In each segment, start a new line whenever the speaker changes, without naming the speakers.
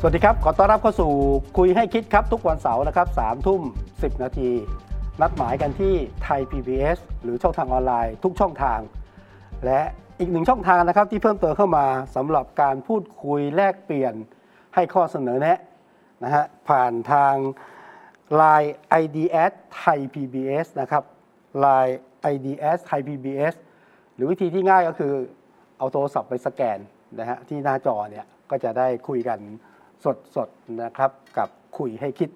สวัสดีครับ ขอต้อนรับเข้าสู่คุยให้คิดครับ ทุกวันเสาร์นะครับสามทุ่มสินาที นัดหมายกันที่ไทย PBS หรือช่องทางออนไลน์ทุกช่องทาง และอีกหนึ่งช่องทางนะครับที่เพิ่มเติมเข้ามาสำหรับการพูดคุยแลกเปลี่ยนให้ข้อเสนอแนะนะฮะผ่านทาง Line IDS ไทย PBS นะครับ Line IDS ไทย PBS หรือวิธีที่ง่ายก็คือเอาโทรศัพท์ไปสแกนนะฮะที่หน้าจอเนี่ยก็จะได้คุยกันสดๆนะครับกับคุยให้คิด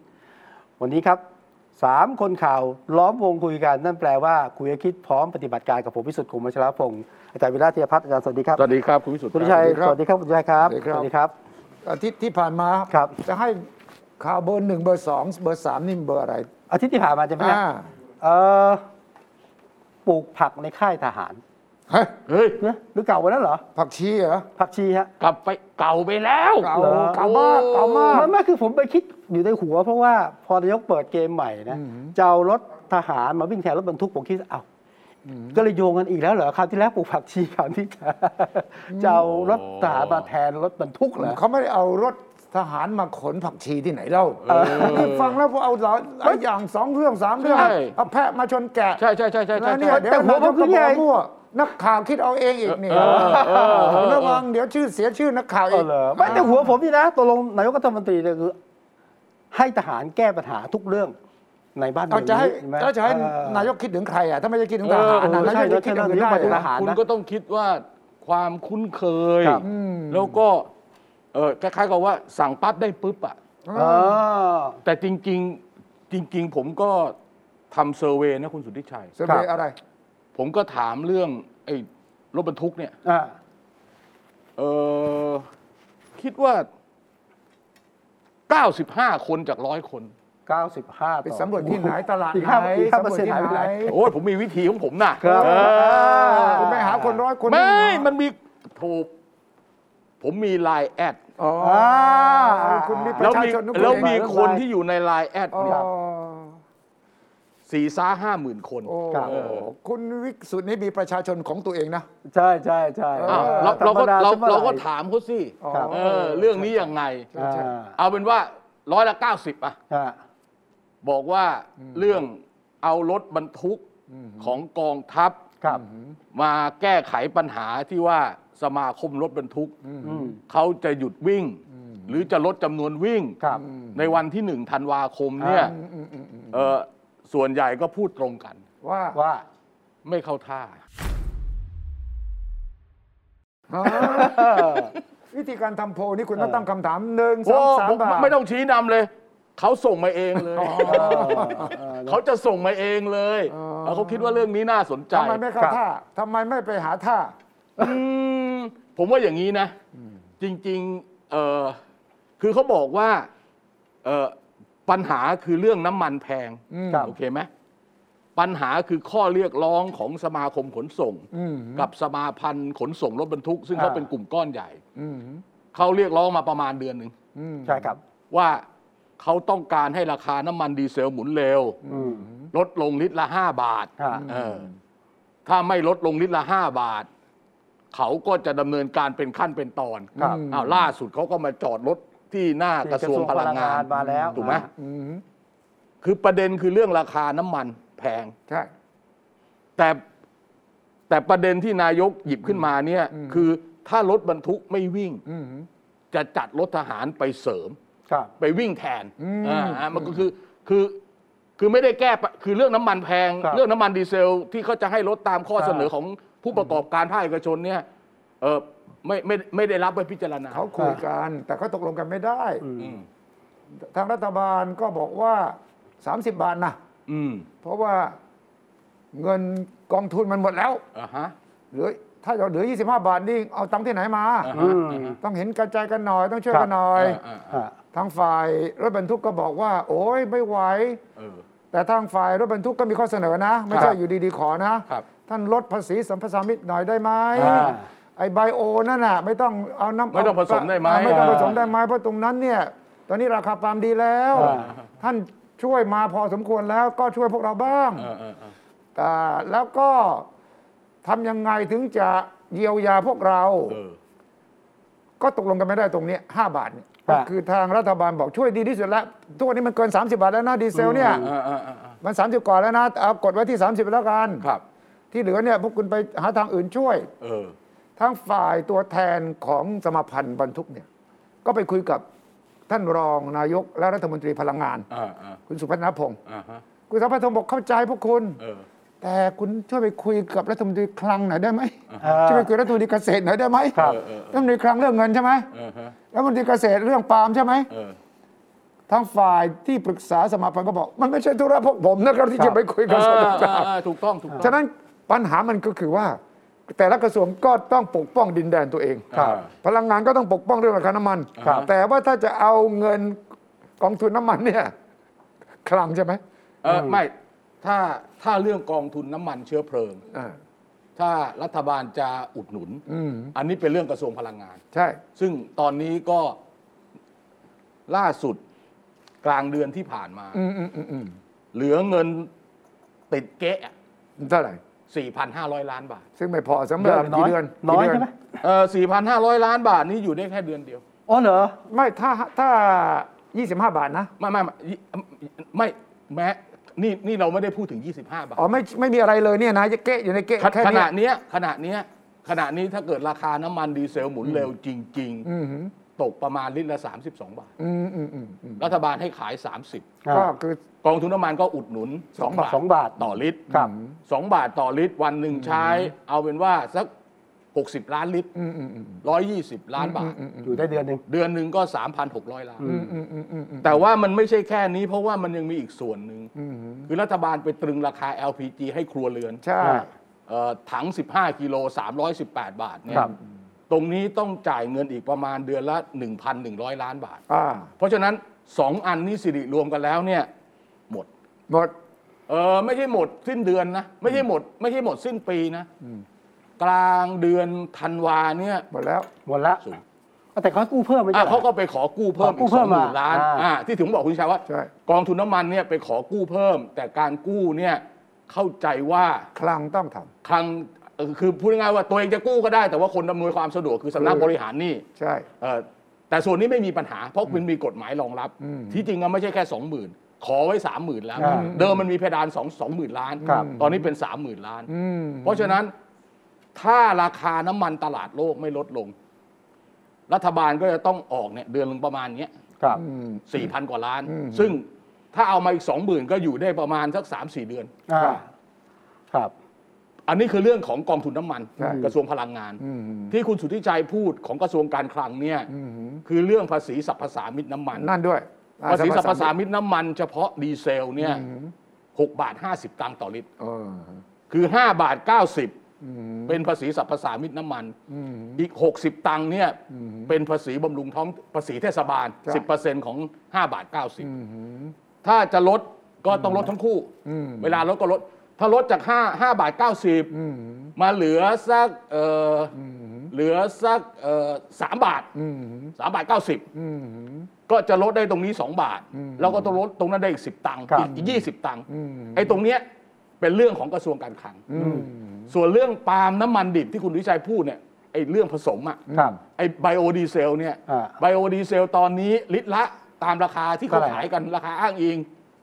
วันนี้ครับสามคนข่าวล้อมวงคุยกัน นั่นแปลว่าคุยให้คิดพร้อมปฏิบัติการกับผมพิสุทธิ์คมวัชรพงศ์อาจารย์วิราชเทียพัฒน์อาจารย์สวัสดีครับ
สวัสดีครับ คุณวิสุทธิ์
คุณชัย
ครับ
สวัสดีครับคุณชัยครับ
สวัสดีครับ
ครับ
อาทิตย์ที่ผ่านมา
ครับ
จะให้ข่าวเบอร์หนึ่งเบอร์สองเบอร์สามนี่เบอร์อะไร
อาทิตย์ที่ผ่านมาจะไหมฮะ
อ่า
เอ่อปลูกผักในค่ายทหาร
เฮ้ย
เฮ้ย
เนอะหรือเก่ากว่านั้นเหรอ
ผักชีเหรอ
ผักชีฮะ
กลับไปเก่าไปแล้ว
เก่า
เหรอ
เก่ามากเก่ามาก
ไม่ไม่คือผมไปคิดอยู่ในหัว เพราะว่าพอนายกเปิดเกมใหม่นะจะเอารถทหารมาวิ่งแทนรถบรรทุกผมคิดเอ้าก็เลยโยงกันอีกแล้วเหรอคราวที่แล้วปลูกผักชีคราวที่จะจะเอารถทหารมาแทนรถบรรทุกเหรอ
เขาไม่ได้เอารถทหารมาขนผักชีที่ไหนเล่า
เออ
นี่ฟังแล้วพอเอาหลายเอาอย่างสองเรื่องสามเรื่อง
ใช่
เอาแพะมาชนแกะ
ใช่ใช่ใช่ใช่
แล้ว
ใช่
เนี่ย
ใช่
เดี๋ย
แต่
ว
หัวมัน
นายก
คือ
ก็บอก
ไง
มั่วนักข่าวคิดเอาเองอีกนี่
เออเออเออ
ระวังเดี๋ยวชื่อเสียชื่อนักข่าว
เอ
อี
อก เหรอไม่แต่หัวผมนี่นะตกลงนายกรัฐมนตรีเนี่ยคือ ให้ทหารแก้ปัญหาทุกเรื่อง ในบ้านเมื
เอา
อง
จะให้
นี้ช่ไม
เอาจะให้
เออ
นายกคิดถึงใครอ่ะถ้าไม่ได้คิดถึงทหาร
เออน
นะาย
ใช่
กจะคิดถึง
ใช่
ได้
ใช่
เหร
ใช่
อ
หารนะ
คุณก็ต้องคิดว่าความคุ้นเคย
ครับ
แล้วก็เออคล้ายๆกับว่าสั่งปั๊บได้ปุ๊บอะ
เออ
แต่จริง ๆ จริง ๆ ผมก็ทำเซอร์เวย์นะคุณสุทธิชัย
เซอร์เวย
ครับ
อะไร
ผมก็ถามเรื่องไอ้รถบรรทุกเนี่ย
อ่ะ
เออคิดว่า 95 คนจากร้อยคน
เก้าสิบห้าต่อ
ไปสำรวจที่ไหนตลาด
อีกห้า
ไหน
อีกห้าเปอร์เซ็นต์
สำรวจที่
หายไปไหน
ไหน
โอ้ยผมมีวิธีของผมนะครับ เออ
คุณไม่หาคนร้อยคน
ไม่
หา
มันมีถูก ผมมีไลน์แอด
อ๋ออา คุณมีป
แล้
ระ
ว
ชา
มี
ชนทุก
แล้
ค
ว
น
มี
เอง
คนที่อยู่ในไลน์แอด
อ๋อ
เนี่ยสี่ซ่าห้าหมื่นคน
โอ้
ครับ
คุณวิสุทธิ์นี่มีประชาชนของตัวเองนะ
ใช่ใช่ใช่
อ้าว
เรา
ธ
เราก็
มด
เรา
ธมด
เราก็ถามเขาสิ
อ๋อ
ครับ
เออ เรื่องนี้ยังไง
อ่า
เอาเป็นว่าร้อยละเก้าสิบอะ
อ่า
บอกว่าเรื่องเอารถบรรทุกของกองทัพ
ครับ
มาแก้ไขปัญหาที่ว่าสมาคมรถบรรทุก
อืม
เขาจะหยุดวิ่ง หรือจะลดจำนวนวิ่ง
ครับ
ในวันที่หนึ่งธันวาคมเนี่ย
อ่า
เอ่อส่วนใหญ่ก็พูดตรงกัน
ว่า
ว่า
ไม่เข้าท่า
อ๋อวิธีการทำโพลนี่คุณต้องตั้งคำถามหนึ่งส
โอ้
องสาม
ผม
บาท
ไม่ต้องชี้นำเลย เขาส่งมาเองเลยเขาจะส่งมาเองเลย
อ๋อ
เออเขาคิดว่าเรื่องนี้น่าสนใจ
ทำไมไม่เข้า
ครับ
ท่าทำไมไม่ไปหาท่า
อืมผมว่าอย่างนี้นะ จริงๆเอ่อคือเขาบอกว่าเอ่อปัญหาคือเรื่องน้ำมันแพง
อืม
โอเคไหมปัญหาคือข้อเรียกร้องของสมาคมขนส่ง
อืม
กับสมาพันธ์ขนส่งรถบรรทุก ซึ่งเขา
อ่า
เป็นกลุ่มก้อนใหญ่
อืม
เขาเรียกร้องมาประมาณเดือนหนึ่ง
อืม
ใช่ครับ
ว่าเขาต้องการให้ราคาน้ำมันดีเซลหมุนเร็ว
อืม
ลดลงลิตรละ 5 บาท
อ่า
เออถ้าไม่ลดลงลิตรละ 5 บาท เขาก็จะดำเนินการเป็นขั้นเป็นตอน
ครับ
อ้าวล่าสุดเขาก็มาจอดรถที่หน้ากระทรวงพลังงาน
มาแล้ว
ถูกไหม
อืม
คือประเด็นคือเรื่องราคาน้ำมันแพง
ใช่
แต่แต่ประเด็นที่นายกหยิบขึ้นมาเนี่ย คือถ้ารถบรรทุกไม่วิ่ง
อืม
จะจัดรถทหารไปเสริม
ครับ
ไปวิ่งแทน
อืม
อ่าอ่ามันก็คือคือคือไม่ได้แก้ปะคือเรื่องน้ำมันแพง
ครับ
เรื่องน้ำมันดีเซลที่เขาจะให้ลดตามข้อ
ครับ
เสนอของผู้ประกอบการภาคเอกชนเนี่ยเออไม่ไม่ไม่ได้รับไว้พิจารณา
เขาคุยกัน แต่เขาตกลงกันไม่ได้
อืม
ทางรัฐบาลก็บอกว่า 30 บาทนะ
อืม
เพราะว่าเงินกองทุนมันหมดแล้ว
อ่าฮะ
เหลือถ้าเราเหลือ 25 บาทนี่เอาตังค์ที่ไหนมา
อ่าฮะ
อืม
ต้องเห็นกระจายกันหน่อย ต้องช่วยกันหน่อ
อ่าย อ่าอ่า
อ่า
ทางฝ่ายรถบรรทุกก็บอกว่า โอ้ยไม่ไหว
เออ
แต่ทางฝ่ายรถบรรทุกก็มีข้อเสนอนะ ไม่ใช่
ครับ
อยู่ดีๆขอนะ
ครับ
ท่านลดภาษีสัมภาษามิตรหน่อยได้ไหม
อ่า
ไอไบโอนั่นน่ะไม่ต้องเอาน้ำ
ไม่ต้องผสมได้ไหม
อ่าไม่ต้อง
อ่า
ผสมได้ไหมเพราะตรงนั้นเนี่ยตอนนี้ราคาปาล์มดีแล้ว
อ่า
ท่านช่วยมาพอสมควรแล้วก็ช่วยพวกเราบ้าง
เออเออเออ
อ่าแล้วก็ทำยังไงถึงจะเยียวยาพวกเรา
เออ
ก็ตกลงกันไม่ได้ตรงเนี้ยห้าบาทเนี่ย
ครับ
คือทางรัฐบาลบอกช่วยดีที่สุดแล้วทุกวันนี้มันเกิน 30 บาทแล้วนะดีเซลเนี่ย
เออเออเออเออ
มัน 30 กว่าแล้วนะเอากดไว้ที่ 30ไปแล้วกัน
ครับ
ที่เหลือเนี่ยพวกคุณไปหาทางอื่นช่วย
เออ
ทางฝ่ายตัวแทนของสมาพันธ์บรรทุกเนี่ยก็ไปคุยกับท่านรองนายกและรัฐมนตรีพลังงาน
อ่าอ่า
คุณสุพัฒนพงศ์
อ่าฮะ
คุณสุพัฒนพงศ์บอกเข้าใจพวกคุณ
เออ
แต่คุณช่วยไปคุยกับรัฐมนตรีคลังหน่อยได้ไหม
เอ่อ
ช่วยไปคุยกับรัฐมนตรีเกษตรหน่อยได้ไหม
ครับ
เออเออเออ
รัฐมนตรีคลังเรื่องเงินใช่ไหม
เออฮะ
แล้วมันที่เกษตรเรื่องปาล์มใช่ไหม
เออ
ทางฝ่ายที่ปรึกษาสมาพันธ์ก็บอก มันไม่ใช่ธุระพวกผมนะครับที่
ครับ
จะไปคุยกับสมาพันธ์
อ่าๆๆถูกต้องถูกต้อง
ฉะนั้นปัญหามันก็คือว่า แต่ละกระทรวงก็ต้องปกป้องดินแดนตัวเอง
ครับ
อ่า
พลังงานก็ต้องปกป้องเรื่องราคาน้ำมัน
ครับ
แต่ว่าถ้าจะเอาเงินกองทุนน้ำมันเนี่ยคลังใช่ไหม
เออไม่ถ้าถ้าเรื่องกองทุนน้ำมันเชื้อเพลิง
อ่า
ถ้ารัฐบาลจะอุดหนุน
อืม
อันนี้เป็นเรื่องกระทรวงพลังงาน
ใช่
ซึ่งตอนนี้ก็ล่าสุดกลางเดือนที่ผ่านมา
อืมอืมอืมอืม
เหลือเงินติดเก๊ะ
เท่าไหร่
4,500 ล้านบาท
ซึ่งไม่พอสำหรับกี่เดือน
น้อย
กี่เดื
ใช่ไหม
เออ4,500 ล้านบาทนี่อยู่ได้แค่เดือนเดียว
อ๋อเหรอ
ไม่ถ้าถ้า 25 บาทนะ
ไม่ไม่ไม่ไม่แม้นี่นี่เราไม่ได้พูดถึง 25 บาท
อ๋อไม่ไม่มีอะไรเลยเนี่ยนะเก๊ะอยู่ในเก๊ะ
ขณะ
แค่
ข
เนี้
ณะ
ย
เนี้ยขณะเนี้ยขณะนี้ถ้าเกิดราคาน้ำมันดีเซลหมุนเร็วจริง
อืมหืม
ๆ ตกประมาณลิตรละ 32 บาท
อืมอืมอืมอืม
รัฐบาลให้ขาย 30
ก็คือ
กองทุนน้ำมันก็อุดหนุน 2 บาท
สองบาท
ต่อลิตร
ครับ
สองบาทต่อลิตร วันหนึ่งใช้ เอาเป็นว่าสัก 60 ล้านลิตร
อืมอืมอืม
120 ล้านบาท
อยู่ได้เดือนหนึ่ง
เดือนหนึ่งก็ 3,600 ล้าน
อืมอืมอืมอืม
แต่ว่ามันไม่ใช่แค่นี้เพราะว่ามันยังมีอีกส่วนหนึ่ง
อืม
คือรัฐบาลไปตรึงราคา LPG ให้ครัวเรือน
ใช่
อ่า
เอ่อถัง 15 กิโล 318 บาทเนี่
ครั
ย
บ
ตรงนี้ต้องจ่ายเงินอีกประมาณเดือนละ 1,100 ล้านบาท
อ่า
เพราะฉะนั้น 2 อันนี้สิริรวมกันแล้วเนี่ย หมด
หมด
เออไม่ใช่หมดสิ้นเดือนนะ ไม่ใช่หมด ไม่ใช่หมดสิ้นปีนะ กลางเดือนธันวาเนี่ย
หมดแล้ว
หมดละ
สูง
แต่เขากู้เพิ่มไม่ใช่
อ่ะ
หรอ
เขาก็ไปขอกู้เพิ่ม
ขอกู้
อีก
เพิ่
สอ
ม
งหมื่น
อ่ะ
ล้าน
อ่า
อ่ะที่ถึงบอกคุณชายว่า
ใช่
กองทุนน้ำมันเนี่ยไปขอกู้เพิ่ม แต่การกู้เนี่ยเข้าใจว่า
คลังต้องทำ
คลังเอ่อคือพูดง่ายๆว่าตัวเองจะกู้ก็ได้ แต่ว่าคนอำนวยความสะดวกคือสำนัก
คือ
บริหารหนี่
ใช่
เอ่อแต่ส่วนนี้ไม่มีปัญหา เพราะมันมีกฎหมายรองรับ
อืม
ที่จริงก็ไม่ใช่แค่ 2 0,000 ขอไว้ 3 0,000 แล้ว
อ่า
เดิมมันมีเพดาน2 20,000 ล้าน
ครับ
ตอนนี้เป็น 30,000 ล้าน
อืม
เพราะฉะนั้นถ้าราคาน้ำมันตลาดโลกไม่ลดลง รัฐบาลก็จะต้องออกเนี่ยเดือนหนึงประมาณเนี้ย
ครับ
อืม
สี่พันกว่าล้าน
อืม
ซึ่งถ้าเอามาอีกสองหมื่นก็อยู่ได้ประมาณสักสามสี่เดือน
อ่า ครับ
อันนี้คือเรื่องของกองทุนน้ำมัน
ใช่
กระทรวงพลังงาน
อืม
ที่คุณสุทธิชัยพูดของกระทรวงการคลังเนี่ย
อืม
คือเรื่องภาษีสรรพสามิตน้ำมัน
นั่นด้วย
ภาษีสรรพสามิตน้ำมันเฉพาะดีเซลเนี่ยหกบาทห้าสิบตังค์ต่อลิตร
เออ
คือห้าบาทเก้าสิบ
อืม
เป็นภาษีสรรพสามิตน้ำมัน
อืม
อีก 60 ตังค์เนี่ย
อืม
เป็นภาษีบำรุงท้องภาษีเทศบาล
จ้ะ
10%ของ 5 บาท
อืม
90 ถ้าจะลดก็ต้องลดทั้งคู่
อืม
เวลาลดก็ลด ถ้าลดจาก 5 5บาท
อืม
90 มาเหลือสักเอ่ออ
อืม
เหลือสักเอ่อสามบาท
อืม
สามบาท 90
อืม
ก็จะลดได้ตรงนี้ 2 บาท แล้วก็ต้องลดตรงนั้นได้อีก 10 ตังค์
ครับ
อีกอีก20 ตังค์
อืม
ไอ้ตรงเนี้ยเป็นเรื่องของกระทรวงการคลัง
อืม
ส่วนเรื่องปาล์มน้ำมันดิบที่คุณวิชัยพูดเนี่ยไอ้เรื่องผสมอะ
ครับ
ไอ้ไบโอดีเซลเนี่ย
อ่า
ไบโอดีเซลตอนนี้ลิตรละตามราคาที่เขา
เท่าไหร่
ขายกันราคาอ้างอิง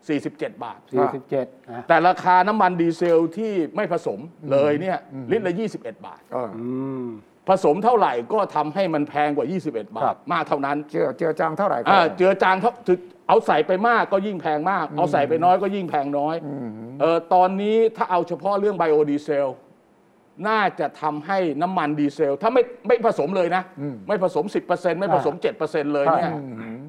47 บาท
สี่สิบเจ็ดนะ
แต่ราคาน้ำมันดีเซลที่ไม่ผสมเลยเนี่ยลิตรละ 21 บาท
เออ
อืม
ผสมเท่าไหร่ก็ทำให้มันแพงกว่า 21 บา
ครั
ท
บ
มากเท่านั้น
เจือเจือจางเท่าไหร่ก็
อ่าเจือจางเท่าถึงเอาใส่ไปมากก็ยิ่งแพงมาก เอาใส่ไปน้อยก็ยิ่งแพงน้อยเออตอนนี้ถ้าเอาเฉพาะเรื่องไบโอดีเซลน่าจะทำให้น้ำมันดีเซล ถ้าไม่ไม่ผสมเลยนะ ไม่ผสม 10%ไม่ผสม 7%เลยเนี่ย
อ่า
อืม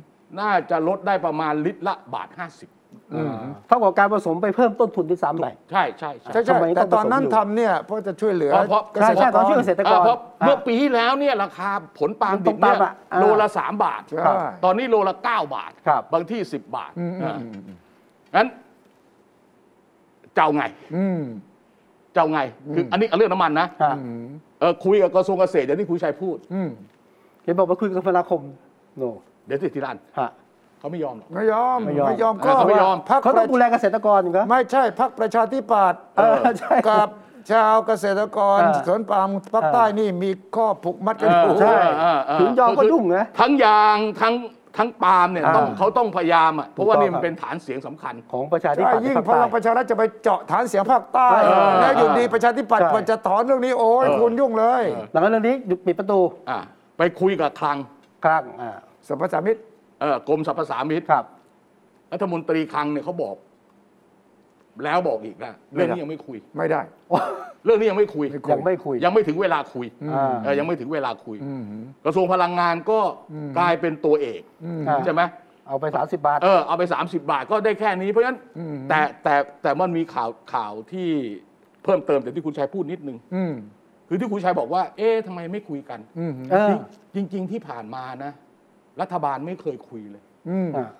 น่าจะลดได้ประมาณลิตรละบาท 50
อืม
เท่ากับการผสมไปเพิ่มต้นทุนที่ซ้ำไป
ใช่ใช่ใช่
ใช่
ทำ
ใช่
ไม
แต่
ต้องผสม
ตอนนั้น
อยู่
ทำเนี่ยเพราะจะช่วยเหลือ
อ๋อเพราะ
เกษ
ใช่
ตร
ใช่
ก
ตอน
ร
ช่วยเกษตร
เอ่อเพราะเมื่อปีที่แล้วเนี่ยราคาผลปาล์มดิบเนี่ย
ผลปาล์มอะอ่า
โลละสามบาท
ใช่
ตอนนี้โลละเก้าบาท
ครับ
งที่สิบบาท
อืมอื
อ่าม
อืม
งั้นเจ้าไง
อืม
เจ้าไง คืออันนี้เอาเรื่องน้ำมันนะ
อ่า
อืม
เออคุยกับกระทรวงเกษตรอย่างที่คุณชัยพูด
อืม
เห็นบอกว่าคุยกับคมนาคมโน
เดี๋ยวสิทีรัน
ฮะ
เขาไม่ยอมหรอก
ไม่ยอม
ไม่ยอม
ไม่ยอมก็
เขาไม่ยอม
พรรค
เขาต้องดูแลเกษตรกรอยู่ครับ
ไม่ใช่พรรคประชาธิปัตย์
เออใช่
กับชาวเกษตรกร
เออ
สวนปาล์มภาคใต้นี่มีข้อผูกมัดกันอยู่
ใช่
เออเออ
ถึงยอมก็
คื
ยุ่งนะ
ทั้งยางทั้งทั้งปาล์มเนี่ย
อ่า
ต้องเขาต้องพยายามอ่ะเพราะว่า
ถูกต้อง
นี่
ครั
มัน
บ
เป็นฐานเสียงสำคัญ
ของประชาธิ
ใช่
ปัตย์
ยิ่ง
ภาคใต้
พลังประชารัฐจะไปเจาะฐานเสียงภาคใต้
เออ
แล้วอยู่ดีประชาธิปัตย์
ใช่
ควรจะถอนเรื่องนี้โอ้ย
เออ
คุณยุ่งเลย
หลังจากเรื่องนี้หยุดปิดประตู
อ่าไปคุยกับคลัง
ครั้งอ่า
สัมปสามิตร
เออกรมสรรพสามิต
ครับ
รัฐมนตรีคลังเนี่ยเขาบอก แล้วบอกอีกนะเรื่องนี้ยังไม่คุย
ไม่ได้
เรื่องนี้ยังไม่คุย
ไม่คุ
ยังไม่คุย
ยังไม่ถึงเวลาคุย
อ่า
เออยังไม่ถึงเวลาคุย
อืม
กระทรวงพลังงานก็
อืม
กลายเป็นตัวเอก
อืม
อ่า
ใช่ไหม
เอาไป 30 บาท
เออเอาไป 30 บาทก็ได้แค่นี้เพราะฉะนั้น
อืม
แต่แต่แต่มันมีข่าวข่าวที่เพิ่มเติมจากที่คุณชัยพูดนิดนึง
อืม
คือที่คุณชัยบอกว่า เอ๊ะทำไมไม่คุยกัน
อืม
เออ
จริง ๆ ที่ผ่านมานะ รัฐบาลไม่เคยคุยเลย
อืม
อ่า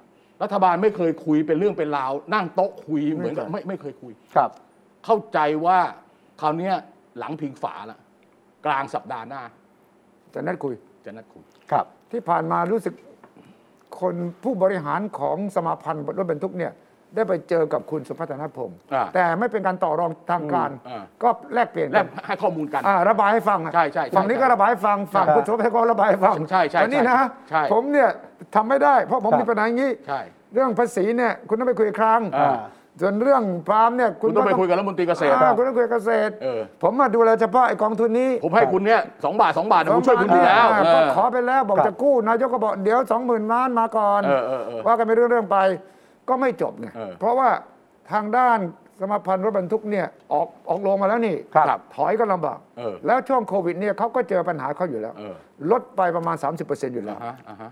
รัฐบาลไม่เคยคุยเป็นเรื่องเป็นราว นั่งโต๊ะคุยเหมือนกับ
ไม่เคย
ไม่ไม่เคยคุย
ครับ
เข้าใจว่าคราวเนี้ยหลังพิงฝาละกลางสัปดาห์หน้า
แต่นัดคุย
จะนัดคุย
ครับ
ที่ผ่านมารู้สึกคนผู้บริหารของสมาพันธ์รถบรรทุกเนี่ย ได้ไปเจอกับคุณสุพัฒนพงศ์
อ่า
แต่ไม่เป็นการต่อรองทางการ
อืมอ่า
ก็แลกเปลี่ยน
และ
กัน
ให้ข้อมูลกัน
อ่าระบายให้ฟังอะ
ใช่ใช่ใช่
ฝั่งนี้ก็ระบายให้ฟังฝั่ง
ใช่
คุณสุพัฒนพงศ์ระบายให้ฟัง
ใช่ใช่
แต่นี่นะ
ใช่
ผมเนี่ยทำไม่ได้ เพราะผมมีปัญหาอย่างนี้
ใช่
เรื่องภาษีเนี่ยคุณต้องไปคุยอีกครั้ง
อ่า
ส่วนเรื่องปาล์มเนี่ย
คุณต้องไปคุย
เก
กับรัฐมนตรีเกษ
ษ
ต
ต
ร
รคุณต้องคุยกับเกษตร
เออ
ผมมาดูแลเฉพาะไอ้กองทุนนี้
ผมให้คุณเนี่ยสองบาทสองบาทเนี่ยผมช่วยคุณอยู่แล้ว
อ่า
เอ
ก็
อ
ขอไปแล้วบอก
ครับ
จะกู้นายกก็บอกเดี๋ยวสองหมื่นล้านมาก่อน
เออเออเออ
ว่ากันไปเรื่องๆไปก็ไม่จบไง
เออ
เพราะว่าทางด้านสมาพันธ์รถบรรทุกเนี่ยออกออกโรงมาแล้วนี่
ครับ
ถอยก็ลำบาก
เออ
แล้วช่วงโควิดเนี่ยเขาก็เจอปัญหาเขาอยู่แล้ว
เออ
ลดไปประมาณ 30%อยู่แล้ว
อ่าฮะอ่าฮะ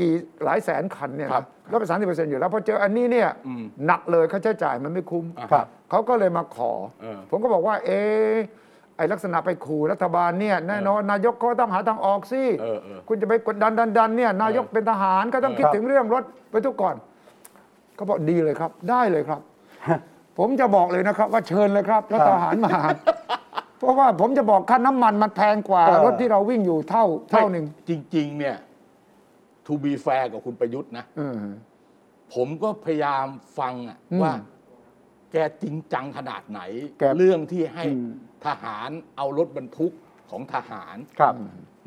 กี่หลายแสนคันเนี่ยนะครับ ลดไปสามสิบเปอร์เซ็นต์อยู่แล้ว พอเจออันนี้เนี่ย
อืม
หนักเลยค่าใช้จ่ายมันไม่คุ้ม
อ่าครับ
เขาก็เลยมาขอ
เออ
ผมก็บอกว่า เอะไอลักษณะไปขู่รัฐบาลเนี่ยแน่นอนนายกก็ต้องหาทางออกสิ
เออเออ
คุณจะไปกดดันดันดันเนี่ยนายก
เออ
เป็นทหารก็ต้องคิดถึงเรื่องรถไปทุกก่อนเขาบอกดีเลยครับ ได้เลยครับ ผมจะบอกเลยนะครับ ว่าเชิญเลยครับรถทหารมา เพราะว่าผมจะบอกค่าน้ำมันมันแพงกว่า
เออ
รถที่เราวิ่งอยู่เท่าเท่าหนึ่ง
จริง ๆ เนี่ย to be fair กับคุณประยุทธ์นะ
เออ
ผมก็พยายามฟังอะ
อืม
ว่า แกจริงจังขนาดไหน
แก
เรื่องที่ให้
อืม
ทหารเอารถบรรทุกของทหาร
ครับ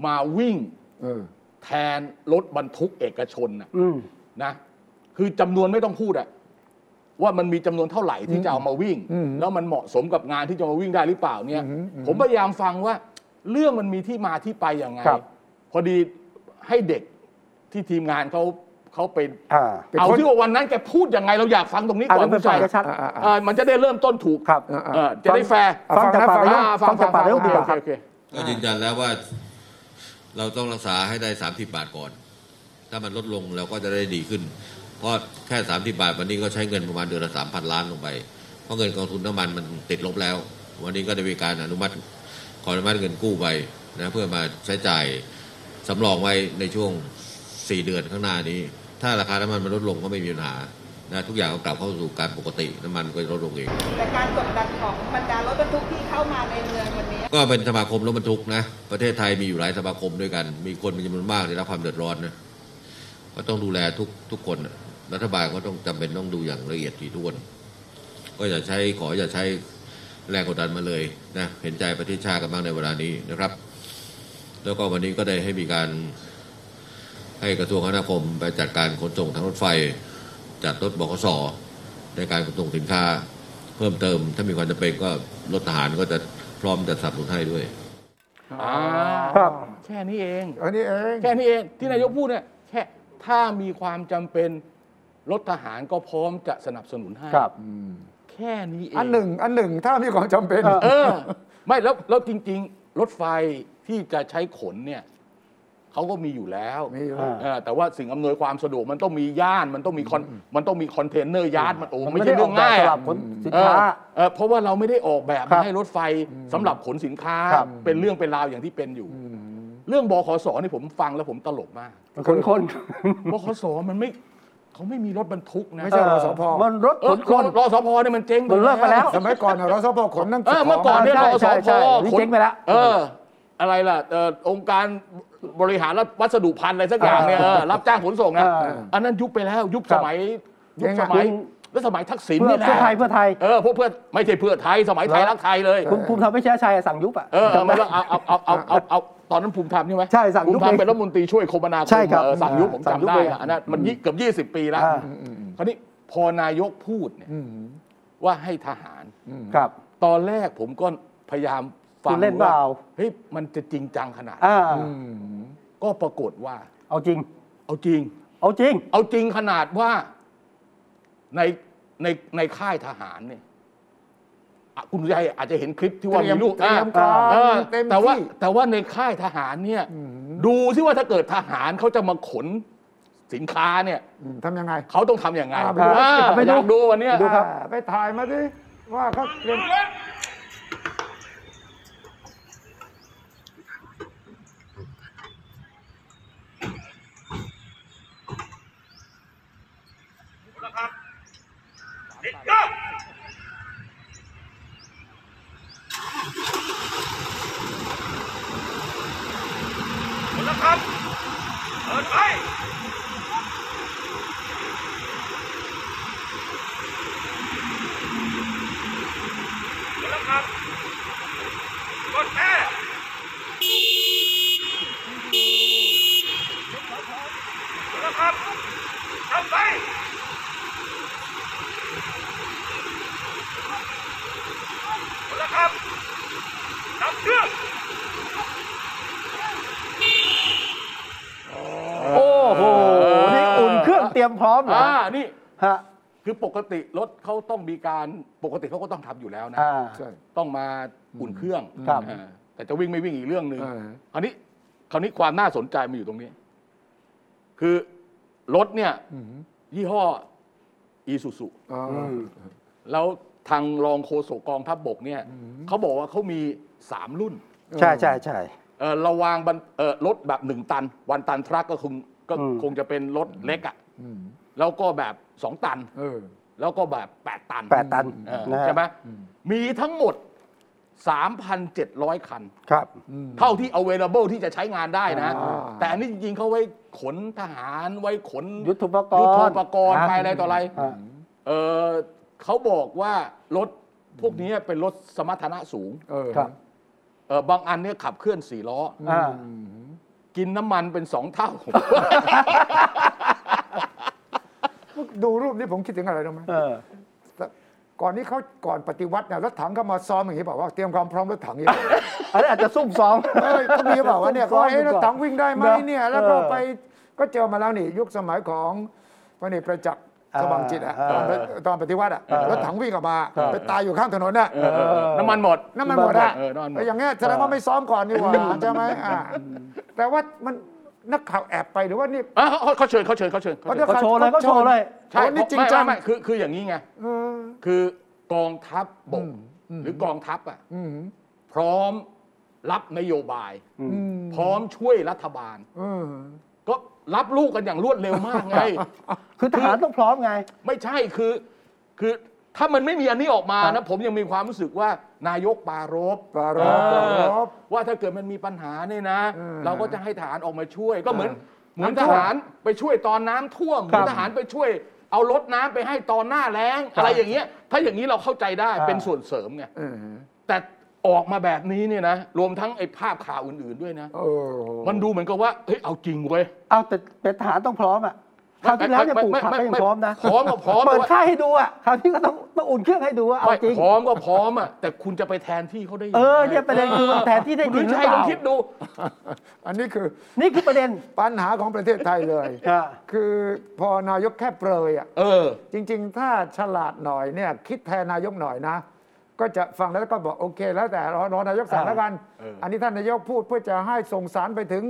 มาวิ่ง
เออ
แทนรถบรรทุกเอกชนนะ
อืม
นะคือจำนวนไม่ต้องพูดอะว่ามันมีจำนวนเท่าไหร่ที่จะเอามาวิ่ง
อืม
แล้วมันเหมาะสมกับงานที่จะมาวิ่งได้หรือเปล่าเนี่ย
อืมอืม
ผมพยายามฟังว่า เรื่องมันมีที่มาที่ไปอย่างไง
ครับ
พอดีให้เด็กที่ทีมงานเขาเขาไป
อ่า
เป็น
เอา
คน
ที่ว่าวันนั้นแกพูดยังไงเราอยากฟังตรงนี้
อ่า
ก่อน
นไป
คุณ
ฟั
ชั
ง
ย
ชัด
อ่าๆๆ
เอ่อมันจะได้เริ่มต้นถูก
ๆครับ
อ่า
เอ่อจะได้แฟร์
ฟังจากปาก
ฟั
นะ
ง
อ่า
ฟังจากปากแล้ว
โอ
ดี
เค
กว่าครับ
โอเค
ก็ยืนยันแล้วว่าเราต้องรักษาให้ได้สามสิบบาทก่อน ถ้ามันลดลงเราก็จะได้ดีขึ้น เพราะแค่สามสิบาทวันนี้ก็ใช้เงินประมาณเดือนละสามพันล้านลงไป เพราะเงินกองทุนน้ำมันมันติดลบแล้ว วันนี้ก็ได้มีการอนุมัติขออนุมัติเงินกู้ไปนะเพื่อมาใช้จ่ายสำรองไว้ในช่วง 4 เดือนข้างหน้านี้ ถ้าราคาน้ำมันมันลดลงก็ไม่มีปัญหานะทุกอย่างก็กลับเข้าสู่การปกติน้ำมันก็จะลดลงเอง
แต่การกดดันของบรรดารถบรรทุกที่เข้ามาในเมืองวันนี้
ก็เป็นสมาคมรถบรรทุกนะ ประเทศไทยมีอยู่หลายสมาคมด้วยกัน มีคนเป็นจำนวนมากได้รับความเดือดร้อนนะก็ต้องดูแลทุกทุกคนน่ะรัฐบาลก็ต้องจำเป็นต้องดูอย่างละเอียดถี่ถ้วน ก็อย่าใช้ขออย่าใช้แรงกดดันมาเลยนะเห็นใจประเทศชาติกันบ้างในเวลานี้นะครับ แล้วก็วันนี้ก็ได้ให้มีการ ให้กระทรวงคมนาคมไปจัดการขนส่งทางรถไฟ จัดรถบขสในการขนส่งสินค้า เพิ่มเติม ถ้ามีความจำเป็นก็รถทหารก็จะพร้อมจะสนับสนุนให้ด้วย
อ่า
ครับ
แค่นี้เอง
อันนี้เอง
แค่นี้เองที่นายกพูดเนี่ยแค่ถ้ามีความจำเป็นรถทหารก็พร้อมจะสนับสนุนให้
ครับ
แค่นี้เอง
อันหนึ่งอันหนึ่งถ้ามีความจำเป็น
เออ ไม่แล้วแล้วจริง ๆ รถไฟที่จะใช้ขนเนี่ย เขาก็มีอยู่แล้ว
มีอยู่
เออแต่ว่าสิ่งอำนวยความสะดวกมันต้องมีย่านมันต้องมีคอนมันต้องมีคอนเทนเนอร์ยาร์ดมันโอ้
มัน
ไม่
ไม่
ใช่
ได้อ
เรื่
อ
อก ง
แบบ
ง่าย
ส
อะ
ลับขนสินค้า
เออเออเพราะว่าเราไม่ได้ออกแบบ
ครับ
ให้รถไฟสำหรับขนสินค้า
ครับ
เป็นเรื่องเป็นราวอย่างที่เป็นอยู่ เรื่องบขสนี่ผมฟังแล้วผมตลกมาก
ขนคน
บขสมันไม่เขาไม่มีรถบรรทุกนะ
ไม่ใช่ รสพ
มันรถ
เอ
ข
อน
คน
รอสพเนี่ยมันเจ๊ง
มันเลิกไปแล้ว
สมัยก่อนน่ะรสพขนนั่ง
เออเมื่อก่อนเนี่ย
ใช่
รอส
ใช่
พ
ใช่นี่เจ๊งไปแล้ว
เออ อะไรล่ะเอ่อองค์การบริหารวัสดุพันธุ์อะไรสักอย่างเนี่ย
เออ
เออรับจ้างขนส่งนะ
เออ
อันนั้นยุบไปแล้ว ยุบ
ครั
ส
บ
มัยยุคสมัย
เจ๊งอะ
แล้วสมัยทักษิณ
เพื่อ
นี่แหละ
เพื่อไทยเพื่อไทย
เออพวกเพื่อนไม่ใช่เพื่อไทยสมัยไทยรักไทยเลย
คุณภูมิธรรมไม่ใช่ชัยสั่งยุบอ่ะ
เออเอามาเอาเอาเอาเอาเอาเอาตอนนั้นภูมิธรรมใช่ไหม
ใช่สั่งยุบ
ภูมิธรรมเป็นรัฐมนตรีช่วยคมนาคม
ใช่ครับ
เออสั่งยุบผม
สั่งยุบ
จำได้
เลย
นะอันนั้นมันยี่เกือบ 20 ปีแล้ว
อ่า
คราวนี้พอนายกพูดเนี่ยว่าให้ทหาร
ครับ
ตอนแรกผมก็พยายามฟั
คุ
ง
ณเล่นเปล่า
เฮ้ยมันจะจริงจังขนาด
อ่า
ก็ปรากฏว่า
เอาจริง
เอาจริง
เอาจริง
เอาจริงขนาดว่าในในในค่ายทหารเนี่ยอ่ะคุณชัยอาจจะเห็นคลิปที่ว่ามีลูก
เตรียม
อ่ะ
การ
เออ
เต็ม
แต่ว่า
ที่
แต่ว่าในค่ายทหารเนี่ย
อืม
ดูซิว่าถ้าเกิดทหารเขาจะมาขนสินค้าเนี่ย
อืมทำยังไง
เขาต้องทำอย่างไง
อ่าไปดู
อ่า
ไปดู
อยากดูวันเนี้ย
ดูครับ
อ่าไปถ่ายมาดิว่าเขาเตรียม
โอ้โห นี่อุ่นเครื่องเตรียมพร้อมเหรอ
อ่านี่
ฮะ
คือปกติรถเขาต้องมีการปกติเขาก็ต้องทำอยู่แล้วนะ
อ่า
ต้องมาอุ่นเครื่อง
ครับ
อ่าแต่จะวิ่งไม่วิ่งอีกเรื่องหนึ่ง
อ่าฮะ
คราวนี้คราวนี้ความน่าสนใจมันอยู่ตรงนี้ คือรถเนี่ยยี่ห้ออีซูซู
อ๋อ
ม
แล้วทางรองโฆษกกองทัพบบกเนี่ยเขาบอกว่าเขามีสามรุ่น
ใช่ใช่ใช่
เอ่อระวางบรรเอ่อรถแบบหนึ่งตัน วันตันทรัคก็คงก็
อืม
คงจะเป็นรถเล็กอะ่ะแล้วก็แบบสองตัน
เออ
แล้วก็แบบแปดตัน
แปดตัน
เออ
นะฮะ
ใช่ไหมมีทั้งหมด 3,700 คัน
ครับ
เท่าที่ available ที่จะใช้งานได้นะ
อ่า
แต่อันนี้จริงๆเขาไว้ขนทหารไว้ขน
ยุทธุปกรณ์
ยุทธุปกรณ์
ฮะ
ไปอะไรต่ออะไร
อ่า
เออเขาบอกว่ารถพวกนี้เป็นรถสมรรถนะสูง
เออ
ครับ
เออบางอันเนี่ยขับเคลื่อนสี่ล้อ
อ่า
กินน้ำมันเป็นสองเท่า
ดูรูปนี้ผมคิดถึงอะไรรู้ไหม
เออ
ก่อนนี้เขาก่อนปฏิวัติเนี่ยรถถังก็มาซ้อมอย่างนี้เปล่าว่าเตรียมความพร้อมรถถังอย่างนี้
อันนี้อาจจะซุ่มซ้อม
เอ้ยเขามีบอกว่าเนี่ย
ต้
เขา
อง
ให้รถ
ก่อน
ถังวิ่งได้ไหม
นะ
เนี่ย แล้วก็
เออ
ไปก็เจอมาแล้วนี่ ยุคสมัยของพระเอกประจักษ์
อ่า
สว่างจิตอะ
เออ
ตอนตอนปฏิวัติอะ
เออ
รถถังวิ่งออกมา
ครับ
ไปตายอยู่ข้างถนนน่ะ
เออเออเออน้ำมันหมด
น้ำมันหมดอะ
เออน้ำมันหมด
ไอ้อย่างเงี้ยแสดงว่าไม่ซ้อมก่อนนี่หว่าใช่ไหมอ่าแต่ว่ามันนักข่าวแอบไปหรือว่านี่
เอ้าเขาเขาเชิญเขาเชิญเขาเชิญเขาเชิญ
เขาโชว์เลยเขาโชว์เลย
ใช่
โอ้นี่จริง
ไม่
จัง
ไม่ไม่คือคืออย่างนี้ไง
เออ
คือกองทัพบกหรือกองทัพอ่ะ
อืม
พร้อมรับนโยบาย
อืม
พร้อมช่วยรัฐบาล
เออ
ก็รับลูกกันอย่างรวดเร็วมากไง
คือทหารต้องพร้อมไง
ไม่ใช่คือคือถ้ามันไม่มีอันนี้ออกมานะผมยังมีความรู้สึกว่านายกปรารบ
ปรารภ
เออ
ปรารภ
ว่าถ้าเกิดมันมีปัญหาเนี่ยนะ
เออ
เราก็จะให้ทหารออกมาช่วย ก็เหมือน
เออ
เหมือน
น้ำ
ท
ท่วม
หารไปช่วยตอนน้ำท่วมเห
ครั
มือบ นทหารไปช่วย เอารถน้ำไปให้ตอนหน้าแล้งอะไรอย่างเงี้ย ถ้าอย่างนี้เราเข้าใจได้
อ่า
เป็นส่วนเสริมไง
เออ
แต่ออกมาแบบนี้เนี่ยนะรวมทั้งไอ้ภาพข่าวอื่นๆด้วยนะ
เออ
มันดูเหมือนกับว่าเฮ้ยเอาจริงเว้ย
เอาแต่เป็นทหารต้องพร้อมอ่ะคราวที่แล้วเนี่ยปลูกผักก็ยังพร้อมนะ
พร้อมก็พร้อม
เปิดค่ายให้ดูอ่ะคราวนี้ก็ต้องต้องอุ่นเครื่องให้ดูว่าเอา
ไม่
จริง
พร้อมก็พร้อมอ่ะ แต่คุณจะไปแทนที่เขาได้งไง
เออเนี่ยประเด็นคือมันแทนที่ได้จริงหรือเปล่า
คุณวิชัยลองคิดดู
อันนี้คือ
นี่คือประเด็น
ปัญหาของประเทศไทยเลย
อ่า
คือพอนายกแค่เปรยอะ
เออ
จริง ๆ ถ้าฉลาดหน่อยเนี่ยคิดแทนนายกหน่อยนะ ก็จะฟังแล้วก็บอกโอเค แล้วแต่รอรอนายกสั่ง
อ่า
แล้วกัน
เอออั
อันนี้ท่านนายกพูดเพื่อจะให้ส่งสารไปถึง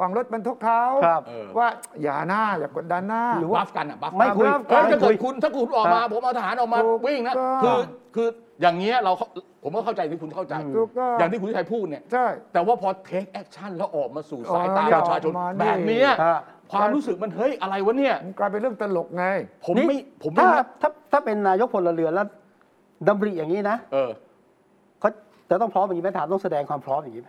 ฝั่งรถบรรทุกเขา
ครับ
เออ
ว่าอย่าหน้าอย่ากดดันหน้า
หรือ
บั
ว่า
ฟกันอ่ะบัฟกัน
ไม่คุย
เอ้ยถ้าเกิ
ไม่คุ
ด
ย
คุณถ้าคุณออกมา
ครับ
ผมเอาทหารออกมา
ถูก
วิ่งนะ
ต้อง
คือคืออย่างเงี้ยเราเข้าผมก็เข้าใจที่คุณเข้าใจ
ถูกต้อง
อย่างที่คุณชัยพูดเนี่ย
ใช่
แต่ว่าพอเทคแอคชั่นแล้วออกมาสู่สายตา
อ๋อ
ประชาชน
ออกมานี่
แบบเนี้ย
ฮะ
ความรู้สึกมันเฮ้ยอะไรวะเนี่ย
มันกลายเป็นเรื่องตลกไง
ผมไม่ผมไม่
ถ้า
รับ
ถ้าถ้าเป็นนายกพลเรือนแล้วดำริอย่างนี้นะ
เออ
เขาจะต้องพร้อมอย่างนี้ไหมถามต้องแสดงความพร้อมอย่างนี้ไหม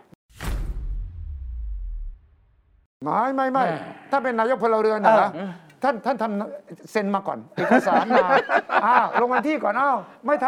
ไม่ไม่ไม่
แม่
ถ้าเป็นนายกพลเรือนนะ
เออ
ท่านท่านทำเซ็นมาก่อนเอกสาร มาอ้าวลงวันที่ก่อนอ้าวไม่ท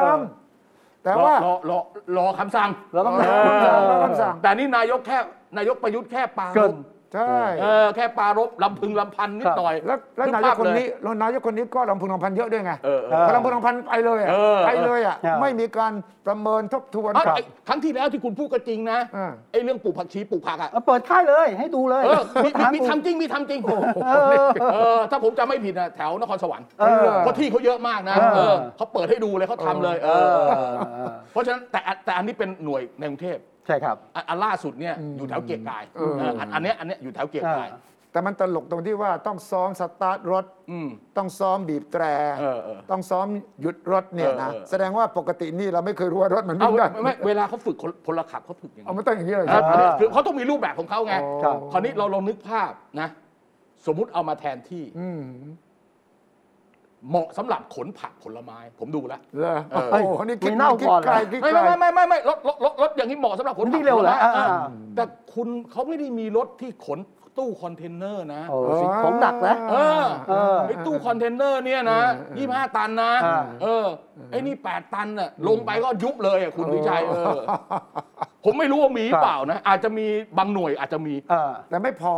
ำแต่
รอ
ว่าร
อรอรอคำสั่ง
เราต้อง
เออแล้วคำสั่ง
แต่นี่นายกแค่นายกประยุทธ์แค่ปรา
เกิ
ร
น
บ
ใช่
เออแค่ปรารบลำพึงลำพันนิ
ค
ด
รับ
หน่อย
แล้วแล้ว
ก
นายก
ภพ
คน
เล
นี้แล้วนายกคนนี้ก็ลำพึงลำพันเยอะด้วยไง
เออเออ
เออ
พลำพึงลำพันไปเลยอ่ะ
เออ
ไปเลยอ่ะ
เออ
ไม่มีการประเมินทบทวน
เอ้ยไอ้ครั้งที่แล้วที่คุณพูดก็จริงนะ
เออ
ไอ้เรื่องปลูกผักชีปลูกผักอ่ะ
เอาเปิดค่ายเลยให้ดูเลย
เออมี
ถา
มี
กู
ทำจริง มีทำจริง
เออ
เออ ถ้าผมจำไม่ผิดนะแถวนครสวรรค์
เออ
เพราะที่เขาเยอะมากนะ
เออ
เออเขาเปิดให้ดูเลยเขาทำเลย เอ
เอ
อ
อ
เพราะฉะนั้นแต่อันแต่อันนี้เป็นหน่วยในกรุงเทพ
ใช่ครับ
อันอันล่าสุดเนี่ยอยู่แถวเกียรติกาย
เออ
เอออันอันเนี้ยอันเนี้ยอยู่แถวเกียรติกาย
เออ
แต่มันตลกตรงที่ว่าต้องซ้อมสตาร์ทรถ
อืม
ต้องซ้อมบีบแตร
เออเออ
ต้องซ้อมหยุดรถเนี่ยนะ
เออเออ
แสดงว่าปกตินี่เราไม่เคยรู้ว่ารถมัน
เอา
วิ่งได้
ไม่ไม่เวลาเขาฝึกคนพลขับเขาฝึกยังไง
เอามันต้องอย่างนี้เลย
ค
ค
รั
รั
บบ อันนี้คือเขาต้องมีรูปแบบของเขาไง
อ๋อ
ครับ
คราวนี้เราลองนึกภาพนะ สมมุติเอามาแทนที่
อืม
เหมาะสำหรับขนผักผลไม้ ผมดูแล้ว
เหรอ
เออ
โอ้โหนี่คิด
มีเน่า
คิด
ก่อนเหร
ไก
อ
ลคิดไก
ไม่
ล
ไม่ไม่ไม่ไม่รถรถรถรถอย่างนี้เหมาะสำหรับขน
วิ่งเร็วเหรอ
ผักผลไม้
อ่า
อ่าแต่คุณเขาไม่ได้มีรถที่ขนตู้คอนเทนเนอร์นะ
โอ้สิของหนักนะ
เออ
เออ
ไอ้ตู้คอนเทนเนอร์เนี่ยนะ25 ตันนะ
อ่า
เออไอ้นี่ 8 ตันน่ะลงไปก็ยุบเลยอ่ะคุณวิชัยเออ ผมไม่รู้ว่ามีหรือเปล่านะ อาจจะมีบางหน่วยอาจจะมี
เออ
แต่ไม่พอ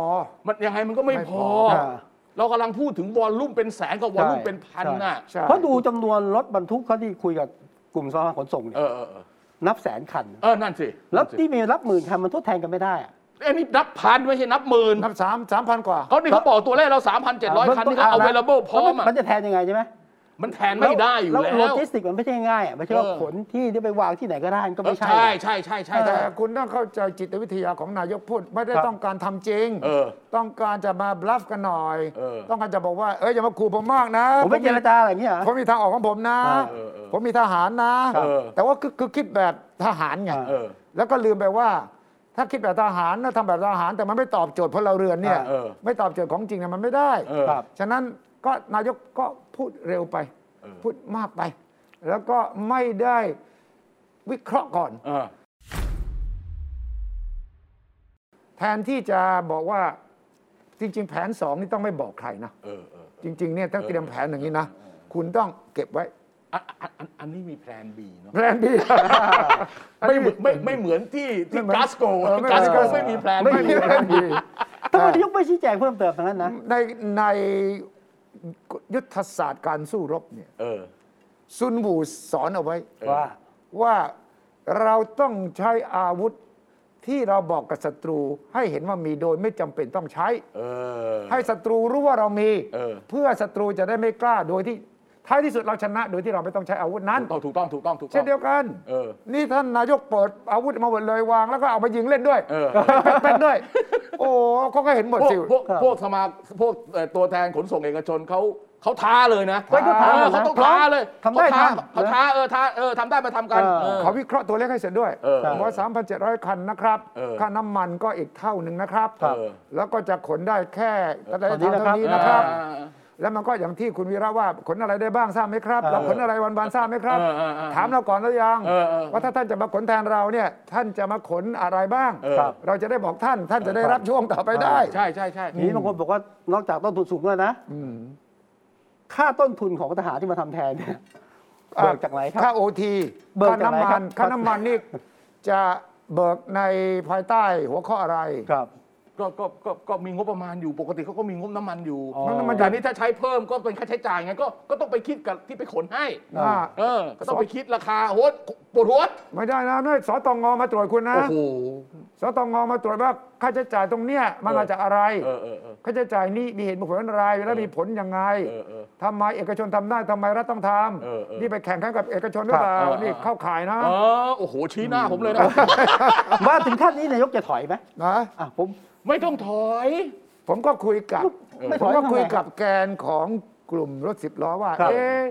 มันยังไงมันก็ไม่พอ
ไม่พออ่า
เรากำลังพูดถึงวอลลุ่มเป็นแสนกับวอลลุ่มเป็นพันน่ะ
ใช่
เพราะดูจำนวนรถบรรทุกเขาที่คุยกับกลุ่มสภาขนส่งเนี่ย
เออเออเออ
นับแสนคัน
เออนั่นสิ
แล้ว
นั่นสิ
ที่มีรับหมื่นคันมันทดแทนกันไม่ได้อะ
เอ้ยนี่นับพันไม่ใช่นับหมื่น
นับสามสามพันกว่า
เขานี่เขาบอกตัวเลขเรา 3,700 คันนี่เขาเอา
บื้งต้
available พร้อมอะ
มันจะแทนยังไงใช่ไหม
มันแทนไม่ได้อยู่แล้ว
โลจิสติกมันไม่ใช่ง่ายอ่ะไม่ใช่ว่า
เออ
ขนที่ได้ไปวางที่ไหนก็ได้มันก็ไม่ใช่
ใช่ใช่ใช่ใช่ใช่
แต่คุณต้องเข้าใจจิตวิทยาของนายกพูด ไม่ได้
ครับ
ต้องการทำจริง
เออ
ต้องการจะมาบลัฟกันหน่อย
เออ
ต้องการจะบอกว่า เอ้ยอย่ามาขู่ผมมากนะ
ผมไม่เจรจาอะไรอย่างเงี้ยเหรอ
ผมมีทางออกของผมนะ
เออเออ
ผมมีทหารนะ
ครับเออ
แต่ว่าคือคือคิดแบบทหารไง
เออ
แล้วก็ลืมไปว่า ถ้าคิดแบบทหารนะทำแบบทหารแต่มันไม่ตอบโจทย์พลเราเรือนเนี่ย
เออ
ไม่ตอบโจทย์ของจริงนะมันไม่ได้
เออ
ครับ
ฉะนั้นก็นายกก็พูดเร็วไป
เออ
พูดมากไป แล้วก็ไม่ได้วิเคราะห์ก่อน
เออ
แทนที่จะบอกว่าจริง ๆ แผนสองนี่ต้องไม่บอกใครนะ
เออเออ
จริง ๆเนี่ยต้องเตรียมแผนอย่างนี้นะคุณต้องเก็บไว้
อันอันอันอันนี้มีแพลน B เนาะ
แผนดี
ไม่เหมือนไม่ไม่เหมือนที่ที่
ไม่เหมือน
กาสโก
เออไม่เหมือน
กาสโกไม่มีแพลน
ไม่
B
มี
แผนดี
ทำไมนายกไม่ชี้แจงเพิ่มเติมทางนั้นนะ
ในในยุทธศาสตร์การสู้รบเนี่ย
เออ
ซุนบูสอนเอาไว้
เออ
ว่า
ว่าเราต้องใช้อาวุธที่เราบอกกับศัตรู ให้เห็นว่ามีโดยไม่จำเป็นต้องใช้
เออ
ให้ศัตรูรู้ว่าเรามี
เออ
อศัตรูจะได้ไม่กล้าโดยที่ท้ายที่สุดเราชนะ โดยที่เราไม่ต้องใช้อาวุธนั้น
ถูกต้องถูกต้องถูกต้องถูกต้
เช่
อน ง
เดียวกัน
เออ
นี่ท่านนายกเปิดอาวุธมาหมดเลยวาง แล้วก็เอามายิงเล่นด้วย
เออ
เป็นๆด้วย โอ้เขาก็เห็นหมด
พวก
สิ
พวกพวกสมาพวกเอ่อตัวแทนขนส่งเอกชนเขาเขาท้าเลยนะ
เฮ้ยเขาท้า
ออ
เลยนะ
เขาต้องท้าเลย
ทำได้
เขาท้า
ทำ
เขาท้าเออท้าเออทำได้มาทำกัน
เออ
เออ
เขาวิเคราะห์ตัวเลขให้เสร็จด้วย
เออ
บอกว่า3,700 คันนะครับ
เออ
ค่าน้ำมันก็อีกเท่าหนึ่งนะครับ
ครับเออ
แล้วก็จะขนได้แค่ระดับ
เท่านี้นะครั
เท่า
บ
นี้นะครับ
เออ
แล้วมันก็อย่างที่คุณวีระว่าขนอะไรได้บ้างทราบไหมครับ เราขนอะไรวันๆทราบไหมครับ
เออเออเออ
ถามเราก่อนหรือยัง
เออเออ
ว่าถ้าท่านจะมาขนแทนเราเนี่ยท่านจะมาขนอะไรบ้าง
เออครับ
เราจะได้บอกท่านท่านจะได้รับช่วงต่อไปได้
ใช่ใช่ใช่
ทีนี้บางคนบอกว่านอกจากต้นทุนสูงแล้วนะค่าต้นทุนของทหารที่มาทำแทนเนี่ยเบิกจากไหนครับ
ค่าโอที
เบิก
ค่า
จากไหน
น้ำ
ครั
มั
บ
นค่าน้ำมันนี่จะเบิกในภายใต้หัวข้ออะไร
ครับ
ก็ก็ก็ก็มีงบประมาณอยู่ปกติเขาก็มีงบน้ำมันอยู่
อ๋อ
น้ำมันแต่นี่ถ้าใช้เพิ่มก็เป็นค่าใช้จ่ายไงก็ก็ต้องไปคิดกับที่ไปขนให้
อ่า
เออ ก็ต้องไปคิดราคาโหดปวดหัว
ไม่ได้นะนี่สตงมาตรวจคุณนะ
โอ้โห
สตงมาตรวจว่าค่าใช้จ่ายตรงเนี้ยมัน
เออ
มาจากอะไร
เออเออเออ
ค่าใช้จ่ายนี้มีเหตุมีผลอะไรแล้วมีผลยังไง
เออเออ
ทำไมเอกชนทำได้ทำไมรัฐต้องท
เออเออ
ำนี่ไปแข่งขันกับเอกชนหรือเปล่า
เออเออ
นี่เข้าข่ายนะ
เออโอ้โหชี้หน้าผมเลย นะ
มาถึงขั้นนี้นายกจะถอยไหม
นะ
อ่ะผม
ไม่ต้องถอย
ผมก็คุยกับ
ไม่
ผ
ถ
ม
อย
ก็
ทำไง
คุยกับแกนของกลุ่มรถสิบล้อว่า
ครับ
เอ๊ะ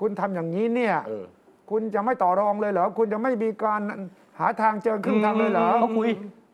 คุณทำอย่างนี้เนี่ย
เออ
คุณจะไม่ต่อรองเลยเหรอ คุณจะไม่มีการหาทางเจอครึ่งทางเลยเหรอ
เขาคุย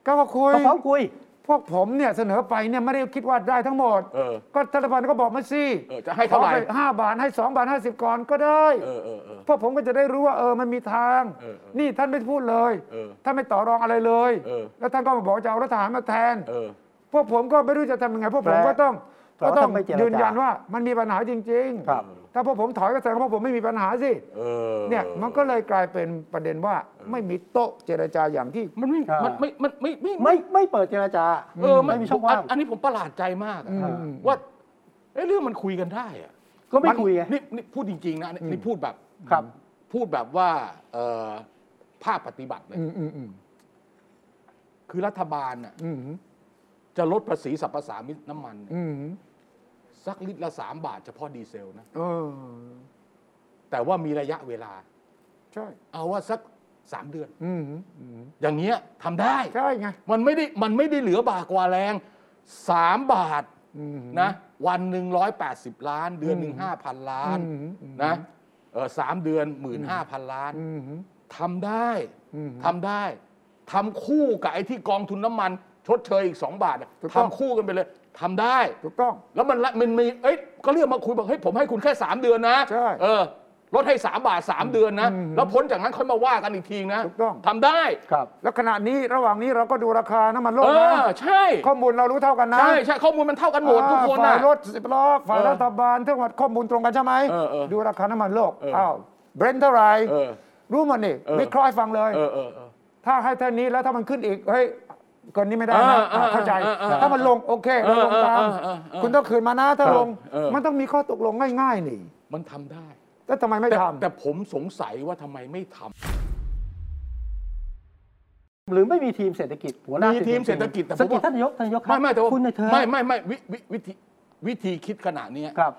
ก็ว่าคุย
เขาคุย
พวกผมเนี่ยเสนอไปเนี่ยไม่ได้คิดว่าได้ทั้งหมด
เออ
ก็รัฐบาลก็บอกมาสิ
เออจะให้เท่าไหร่
ขอปห้าบาทให้สองบาทห้าสิบก่อนก็ได้
เออเออเออ
พวกผมก็จะได้รู้ว่าเออมันมีทาง
เออเออ
นี่ท่านไม่พูดเลย
เออ
ท่านไม่ต่อรองอะไรเลย
เออ
แล้วท่านก็มาบอกจะเอารัฐทหารมาแทน
เออ
พวกผมก็ไม่รู้จะทำยังไงพวกผม
แปล
ก็ต้อง
แปล
ก็
ว่า
ต้อง
ท่านไม่เจรจายื
ยืนยันว่ามันมีปัญหาจริง
ครับ
ถ้าพวกผมถอยก็แสดงว่าพวกผมไม่มีปัญหาสิ
เออ
เนี่ยมันก็เลยกลายเป็นประเด็นว่าไม่มีโต๊ะเจรจาอย่างที่
มันไม่
อ่ามั
มันไม่มันไม่ไม่
ไม่ไม่เปิดเจรจา
เออ
ไม่มีช่องว่าง
นอันนี้ผมประหลาดใจมากอะ
อืม
ว่าเอ้เรื่องมันคุยกันได้อะ
ก็ไม่คุยไง
นี่นี่พูดจริงๆนะนี่นี่พูดแบบ
ครับ
พูดแบบว่าเอ่อภาพปฏิบัติเลย
อืมอืมอืม
คือรัฐบาลน่ะ
อืม
จะลดภาษีสรรพสามิตน้ำมันเนี่ย
อืม
สักลิตรละสามบาทเฉพาะดีเซลนะ
เออ
แต่ว่ามีระยะเวลา
ใช่
เอาว่าสักสามเดือน
อืมอืม
อย่างเงี้ยทำได้
ใช่ไง
มันไม่ได้มันไม่ได้เหลือบากกว่าแรงสามบาท
อืม
นะวันหนึ่งร้อยแปดสิบล้าน เดือนหนึ่งห้าพันล้าน
อืมอืม
นะเออสามเดือนหมื่นห้าพันล้าน
อืม
ทำได้
อืม
ทำได้ทำคู่กับไอ้ที่กองทุนน้ำมัน ชดเชยอีกสองบาทอะ
ถูกต้อง
ทำคู่กันไปเลยทำได้
ถูกต้อง
แล้วมันละมันมีเอ้ยก็เรียกมาคุยบอกเฮ้ยผมให้คุณแค่สามเดือนนะ
ใช่
เออลดให้สามบาทสามเดือนนะ
อืม
แล้วพ้นจากนั้นค่อยมาว่ากันอีกทีนะ
ถูกต้อง
ทำได้
ครับ
แล้วขณะนี้ระหว่างนี้เราก็ดูราคาน้ำมันโล
เอก
นะ
อใช่
ข้อมูลเรารู้เท่ากันนะ
ใช่ใช่ข้อมูลมันเท่ากันหมดทุกคน
อ่า
นะ
ฝ่ายรถสิบล้อฝ่าย
เออ
รัฐบาลทั้งหมดข้อมูลตรงกันใช่ไหม
เออเออ
ดูราคาน้ำมันโลก
เออ
อ้าวเบรนท์เท่าไหร่
เออ
รู้หมันนี่
เออ
วิเคราะห์ให้ฟังเลย
เออเออเออ
ถ้าให้เท่านี้แล้วถ้ามันขึ้นอีกเฮ้ยเกินนี้ไม่ได้นะ
เออเออเออ
อ่ะเข้าใจ
เออเออเออ
ถ้ามันลงโอเคเราลงตาม
เออเออเออเออ
คุณต้องคืนมานะถ้า
เออ
ลง
เออ
มันต้องมีข้อตกลงง่าย ๆ นี่
มันทำได้
แล้วทำไมไม่
แต่
ทำ
แต่ผมสงสัยว่าทำไมไม่ทำ
หรือไม่มีทีมเศรษฐกิจหัวหน้า
มีทีมเศรษฐกิจแต่
ส
ผม
กิจ
ว่า
ท่านนายกท่านนายกครั
ไม่ไม่แต่ว่า
คุณในายเธอ
ไม่ไม่ไม่วิวิวิธีวิธีคิดขนาดเนี้ย
ครับ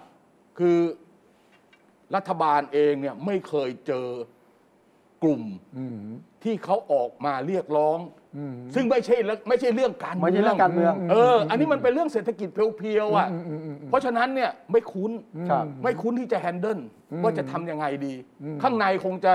คือรัฐบาลเองเนี่ยไม่เคยเจอกลุ่ม
อืม
ที่เขาออกมาเรียกร้อง
อืม
ซึ่งไม่ใช่ละไม่ใช่เรื่องการ
ไม่ใช่เรื่องการเมือง
เออ อันนี้มันเป็นเรื่องเศรษฐกิจเพียวๆอ่ะเพราะฉะนั้นเนี่ยไม่คุ้น
ครับ
ไม่คุ้นที่จะแฮนเดิลว่าจะทำยังไงดี ข้างในคงจะ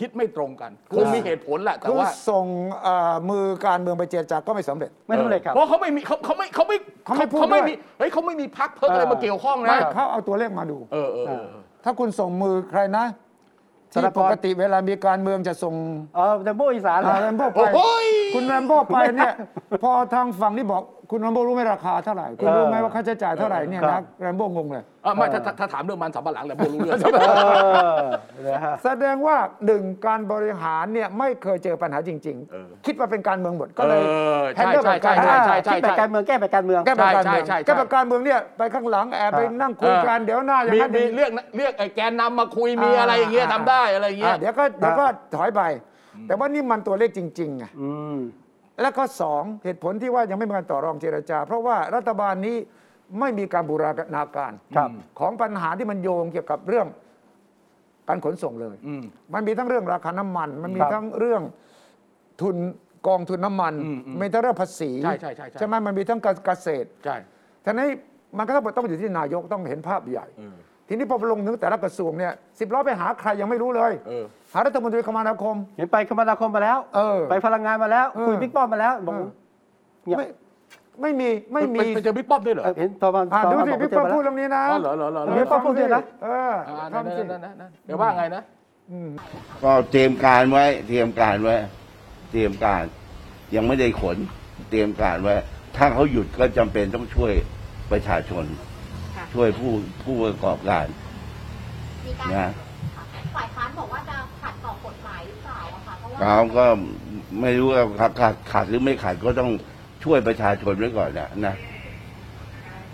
คิดไม่ตรงกันคงมีเหตุผลแหละแต่
คือ
ว่า
ส่งเอ่อมือการเมืองไปเจรจาก็ไม่สำเร็จ
ไม่ต้องเลยครับ
เพราะเขาไม่มีเขาเขาไม่เขาไม่
เขาไม่พูด
เขาไม่
ด้วย
มีเฮ้ยเขาไม่มีพักเพิ่มอะไรมาเกี่ยวข้อง
ไม่
นะ
เขาเอาตัวเลขมาดู
เออเออเออ
ถ้าคุณส่งมือใครนะ
ธนา
ที่
ธร
ปกติเวลามีการเมืองจะส่ง
เออแต่โบอีสานเหรอ
แรมโบ้ไป
โอ้โหย
คุณแรมโบ้ไปเนี่ย พอทางฝั่งที่บอกคุณแรมโบ้รู้ไหมราคาเท่าไหร่ คุณรู้ไหมว่าค่าใช้จ่ายเท่าไหร่เนี่ย
ครั
นะ
บ
แรมโบ้งงเลย
อ่ะไม่ถ้าถ้าถ้าถามเรื่องมันสำปะหลังแหละผมรู้เรื่อง
เออนะฮะ
แสดงว่าหนึ่งการบริหารเนี่ยไม่เคยเจอปัญหาจริง ๆ คิดว่าเป็นการเมืองหมดก็เลย
เออ
แฮน
ใช่
เดิลแบ
ใช่
บ
ใช่
การเมือ
คิดแบบการเมือง
ง
ใช่ใช่ใช่
แก้แบบการเมือง
แก้แบบการเมือง
ใช่ใช่ใช่
แก้แบบการเมืองเนี่ยไปข้างหลังแอบไปนั่งคุยกันเดี๋ยวหน้าอย่าง
มี
นั้น
มีเรื่องเรียกไอ้แกนนำมาคุยมี
อ่า
อะไรอย่างเงี้ย
อ่า
ทำได้อะไรอย่างเงี้ย
อ่ะเดี๋ยวก็เดี๋ยวก็ถอยไป แต่ว่านี่มันตัวเลขจริงๆไง
อืม
และก็สองเหตุผลที่ว่ายังไม่มีการต่อรองเจรจา เพราะว่ารัฐบาลนี้ไม่มีการบูรณาการ
ครับ
ของปัญหาที่มันโยงเกี่ยวกับเรื่องการขนส่งเลย
อืม
มันมีทั้งเรื่องราคาน้ำมัน มันมี
ครับ
ทั้งเรื่องทุนกองทุนน้ำมัน
อืมอืม
มีทั้งเรื่องภาษี
ใช่ใช่ใช่ใช่
ไหมมันมีทั้งเกษตร
ใช่
ทีนี้มันก็ต้องต้องอยู่ที่นายกต้องเห็นภาพใหญ่
เออ
ทีนี้พอลงถึงแต่ละกระทรวงเนี่ยสิบล้อไปหาใครยังไม่รู้เลย
เออ
หารัฐมนตรีคมนาคม
เห็นไปคมนาคมมาแล้ว
เออ
ไปพลังงานมาแล้ว
เออ
คุยบิ๊กป้อมมาแล้วบอก
เออ
เงียบ
ไม่ไม่มีไม่มี
เป็นเจอบิ๊กป้อมด้วยเหรอ
เออเห็นตอนมัน
อ่ะ
ตอน
ดู
มัน
สิ
บอก
พี่
ว่าเจอ
ป้อม
มา
พูด
แล้ว
เรื่องนี้นะ
อ๋อเหรอเหรอเหรอเหร
ดี๋
อ
ยวป้อมพูดด้วยนะ
เออ
อ่า
ทำสิ
นั่นนั่นนั่นเดี๋ยวว่าไงนะ
อืม
ก็เตรียมการไว้ เตรียมการไว้ เตรียมการ ยังไม่ได้ขน เตรียมการไว้ ถ้าเขาหยุดก็จำเป็นต้องช่วยประชาชน
ค่ะ
ช่วยผู้ผู้ประกอบการ
มีการ
นะ
ฝ่ายค้านบอกว่าจะขัดต่อกฎหมายหรือเปล่าอะค่ะเพราะว่า
เขาก็ไม่รู้ว่าขาดขาดขาดหรือไม่ขาดก็ต้องช่วยประชาชนไว้ก่อนนะนะ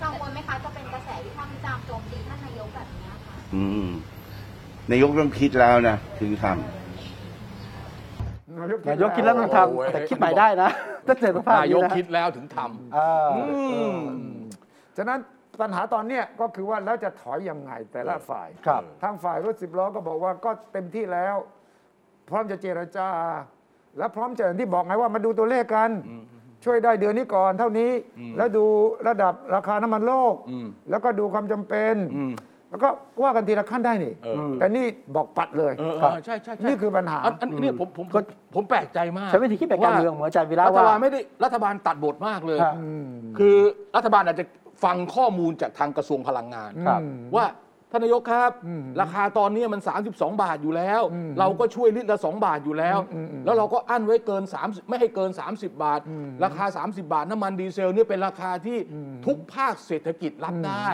กังวลไหมคะ จะเป็นกระแสที่ท่านจามโจมตีท่านนายกแบบเนี้ยค่ะ
อืมนายกต้องคิดแล้วนะ ถึงทำ
นายกคิดแล้วต้องท
โอ้ย
ำ แต่คิดใหม่ได้นะถ้าเจอสภาพ
นายก
ะ
คิดแล้วถึงทำ
เอออ
ม
เ
ฉะนั้นปัญหาตอนเนี้ยก็คือว่าแล้วจะถอยยังไงแต่ละฝ่าย
ครับ
ทางฝ่ายรถสิบล้อก็บอกว่าก็เต็มที่แล้ว พร้อมจะเจรจา และพร้อมจะอย่างที่บอกไงว่ามาดูตัวเลขกัน ช่วยได้เดือนนี้ก่อนเท่านี้ แล้วดูระดับราคาน้ำมันโลก
อืม
แล้วก็ดูความจำเป็น
อืม
แล้วก็ว่ากันทีละขั้นได้นี่
เออ
แต่นี่บอกปัดเลย
เออเออใช่ใช่ใช่
นี่คือปัญหา
นอันเนี่ยผมผม
ก็
ผมแปลกใจมาก
ใช้วิธีคิดแบบการเมืองเหมือนอาจารย์วีระ
รัฐ
ว่า
บาลไม่ได้รัฐบาลตัดบทมากเลย
ฮะ
คือรัฐบาลอาจจะฟังข้อมูลจากทางกระทรวงพลังงาน
ครับ
ว่าท่านนายกครับ ราคาตอนนี้มัน 32 บาทอยู่แล้ว เราก็ช่วยลิตรละ 2 บาทอยู่แล้ว แล้วเราก็อั้นไว้เกิน 30 ไม่ให้เกิน 30 บาท ราคา 30 บาทน้ำมันดีเซลเนี่ยเป็นราคาที่ทุกภาคเศรษฐกิจรับได้